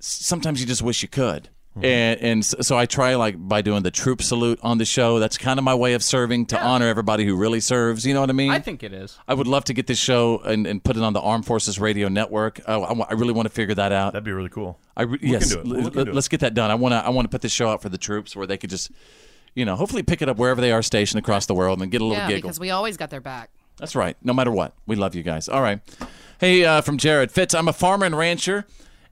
S1: sometimes you just wish you could. And, and s- so I try like by doing the troop salute on the show. That's kind of my way of serving to honor everybody who really serves. You know what I mean?
S4: I think it is.
S1: I would love to get this show and, and put it on the Armed Forces Radio Network. Uh, I, wa- I really want to figure that out. That'd
S3: be really cool.
S1: I re-
S3: We can
S1: yes,
S3: do it.
S1: l-
S3: We'll look
S1: l-
S3: into it.
S1: let's get that done. I want to. I want to put this show out for the troops where they could just, you know, hopefully pick it up wherever they are stationed across the world and get a little
S2: yeah,
S1: giggle.
S2: because we always got their back.
S1: That's right. No matter what, we love you guys. All right. Hey, uh, from Jared Fitz. I'm a farmer and rancher,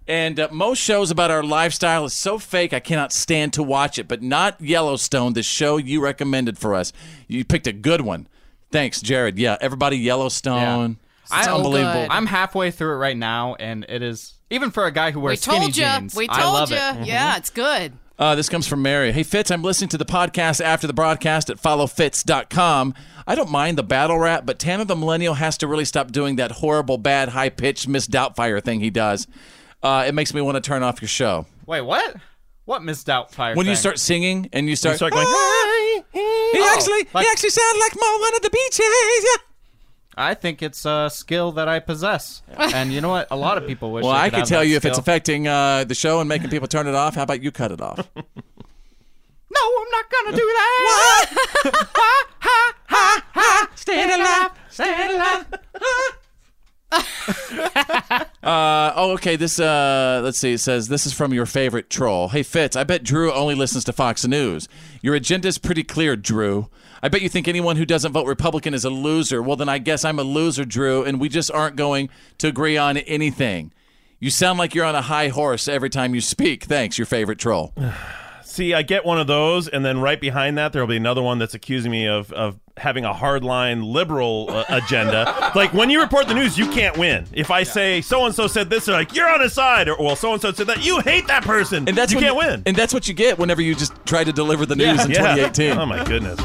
S1: and uh, most shows about our lifestyle is so fake I cannot stand to watch it. But not Yellowstone, the show you recommended for us. You picked a good one. Thanks, Jared. Yeah, everybody, Yellowstone. It's unbelievable.
S4: I'm halfway through it right now, and it is even for a guy who
S2: We
S4: wears skinny
S2: told you.
S4: jeans.
S2: We
S4: I
S2: told
S4: love
S2: you.
S4: it. Mm-hmm.
S2: Yeah, it's good.
S1: Uh, this comes from Mary. Hey, Fitz, I'm listening to the podcast after the broadcast at followfitz.com. I don't mind the battle rap, but Tanner the Millennial has to really stop doing that horrible, bad, high pitched Miss Doubtfire thing he does. Uh, it makes me want to turn off your show.
S4: Wait, what? What Miss Doubtfire?
S1: when you
S4: thing?
S1: start singing and you start,
S4: start going,
S1: he
S4: Oh,
S1: actually,
S4: like-
S1: he actually sounded like Mo, one of the beaches. Yeah.
S4: I think it's a skill that I possess, and you know what? A lot of people wish.
S1: Well,
S4: they
S1: I
S4: could
S1: can
S4: have
S1: tell
S4: that
S1: you if it's
S4: skill.
S1: affecting uh, the show and making people turn it off. How about you cut it off?
S4: No, I'm not gonna do
S2: <laughs>
S4: that. what? ha ha ha ha! Stand alive, stand alive.
S1: Uh, oh, okay. This, uh, let's see. It says, This is from your favorite troll. Hey, Fitz, I bet Drew only listens to Fox News. Your agenda's pretty clear, Drew. I bet you think anyone who doesn't vote Republican is a loser. Well, then I guess I'm a loser, Drew, and we just aren't going to agree on anything. You sound like you're on a high horse every time you speak. Thanks, your favorite
S3: <laughs>
S1: troll.
S3: See, I get one of those, and then right behind that, there'll be another one that's accusing me of, of having a hardline liberal uh, <laughs> agenda. like, when you report the news, you can't win. If I say so and so said this, they're like, you're on his side, or well, so and so said that, you hate that person. And that's you
S1: when
S3: can't
S1: you-
S3: win.
S1: And that's what you get whenever you just try to deliver the news
S3: Yeah.
S1: in
S3: Yeah.
S1: 2018.
S3: <laughs> Oh, my goodness.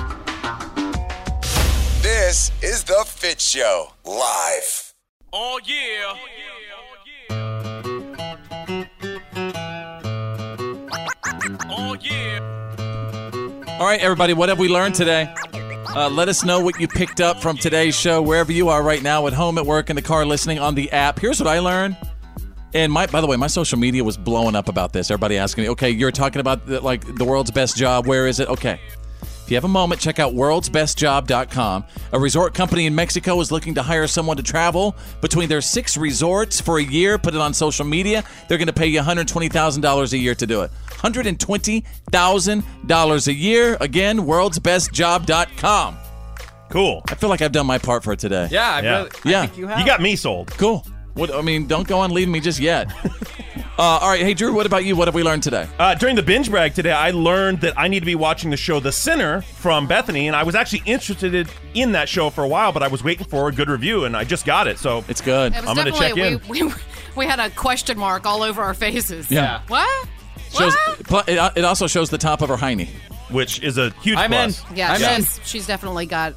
S11: This is The Fit Show, live.
S1: Oh, yeah.
S9: Oh yeah.
S1: All right, everybody, what have we learned today? Uh, let us know what you picked up from today's show, wherever you are right now, at home, at work, in the car, listening on the app. Here's what I learned. And my, by the way, my social media was blowing up about this. Everybody asking me, okay, you're talking about the, like the world's best job. Where is it? Okay. If you have a moment, check out worldsbestjob.com. A resort company in Mexico is looking to hire someone to travel between their six resorts for a year, put it on social media. They're going to pay you $120,000 a year to do it. $120,000 a year. Again, worldsbestjob.com.
S3: Cool.
S1: I feel like I've done my part for today.
S4: Yeah, I Yeah. really- I
S1: yeah.
S4: think you have. You got
S3: me sold.
S1: Cool. What I mean, don't go on leaving me just
S4: <laughs>
S1: yet. uh, all right, hey Drew, what about you? What have we learned today?
S3: Uh, during the binge brag today, I learned that I need to be watching the show The Sinner from Bethany, and I was actually interested in that show for a while, but I was waiting for a good review, and I just got it. So
S1: it's good.
S2: It was
S3: I'm going to
S2: definitely
S3: check in.
S2: We, <laughs> we, we had a question mark all over our faces.
S1: Yeah.
S2: What?
S1: Shows, pl- it, it also shows the top of her hiney,
S3: which is a huge
S1: I'm
S2: Yeah, she's, she's definitely got.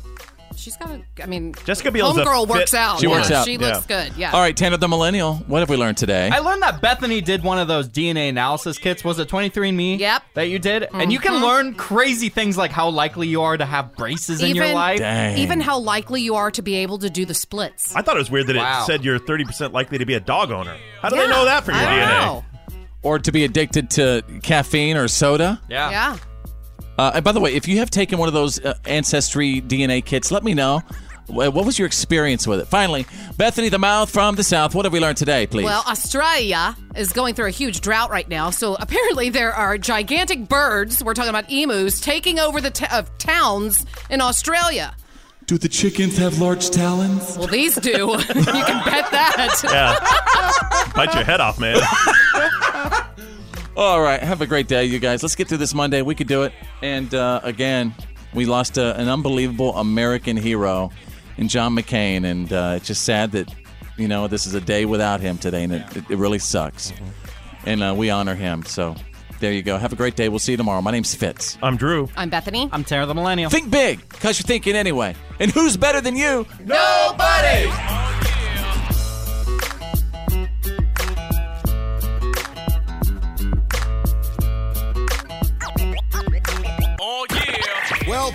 S2: She's got a. I mean,
S1: Jessica Biel's a
S2: homegirl
S1: fit-
S2: works out.
S1: She works out,
S2: She
S1: yeah.
S2: looks good. Yeah.
S1: All right, Tanner the Millennial. What have we learned today?
S4: I learned that Bethany did one of those DNA analysis kits. Was it 23andMe? Yep. That you did? And you can
S2: Mhm.
S4: learn crazy things like how likely you are to have braces in your life.
S2: even how likely you are to be able to do the splits.
S3: I thought it was weird that
S2: Wow.
S3: it said you're 30% likely to be a dog owner. How do
S2: Yeah,
S3: they know that from your
S2: I don't
S3: DNA?
S2: know.
S1: Or to be addicted to caffeine or soda?
S4: Yeah.
S2: Yeah.
S1: Uh, and by the way, if you have taken one of those uh, ancestry DNA kits, let me know. Wh- What was your experience with it? Finally, Bethany the Mouth from the South. What have we learned today, please?
S2: Well, Australia is going through a huge drought right now, so apparently there are gigantic birds. We're talking about emus taking over the t- of towns in Australia.
S22: Do the chickens have large talons?
S2: Well, these do. <laughs> you can bet that.
S1: Yeah.
S3: Bite your head off, man.
S2: <laughs>
S1: All right. Have a great day, you guys. Let's get through this Monday. We could do it. And uh, again, we lost uh an unbelievable American hero in John McCain. And uh, it's just sad that, you know, this is a day without him today. And it, it, it really sucks. And uh, we honor him. So there you go. Have a great day. We'll see you tomorrow. My name's Fitz.
S3: I'm Drew.
S2: I'm Bethany.
S4: I'm Tara the Millennial.
S1: Think big, because you're thinking anyway. And who's better than you?
S23: Nobody!
S5: Well,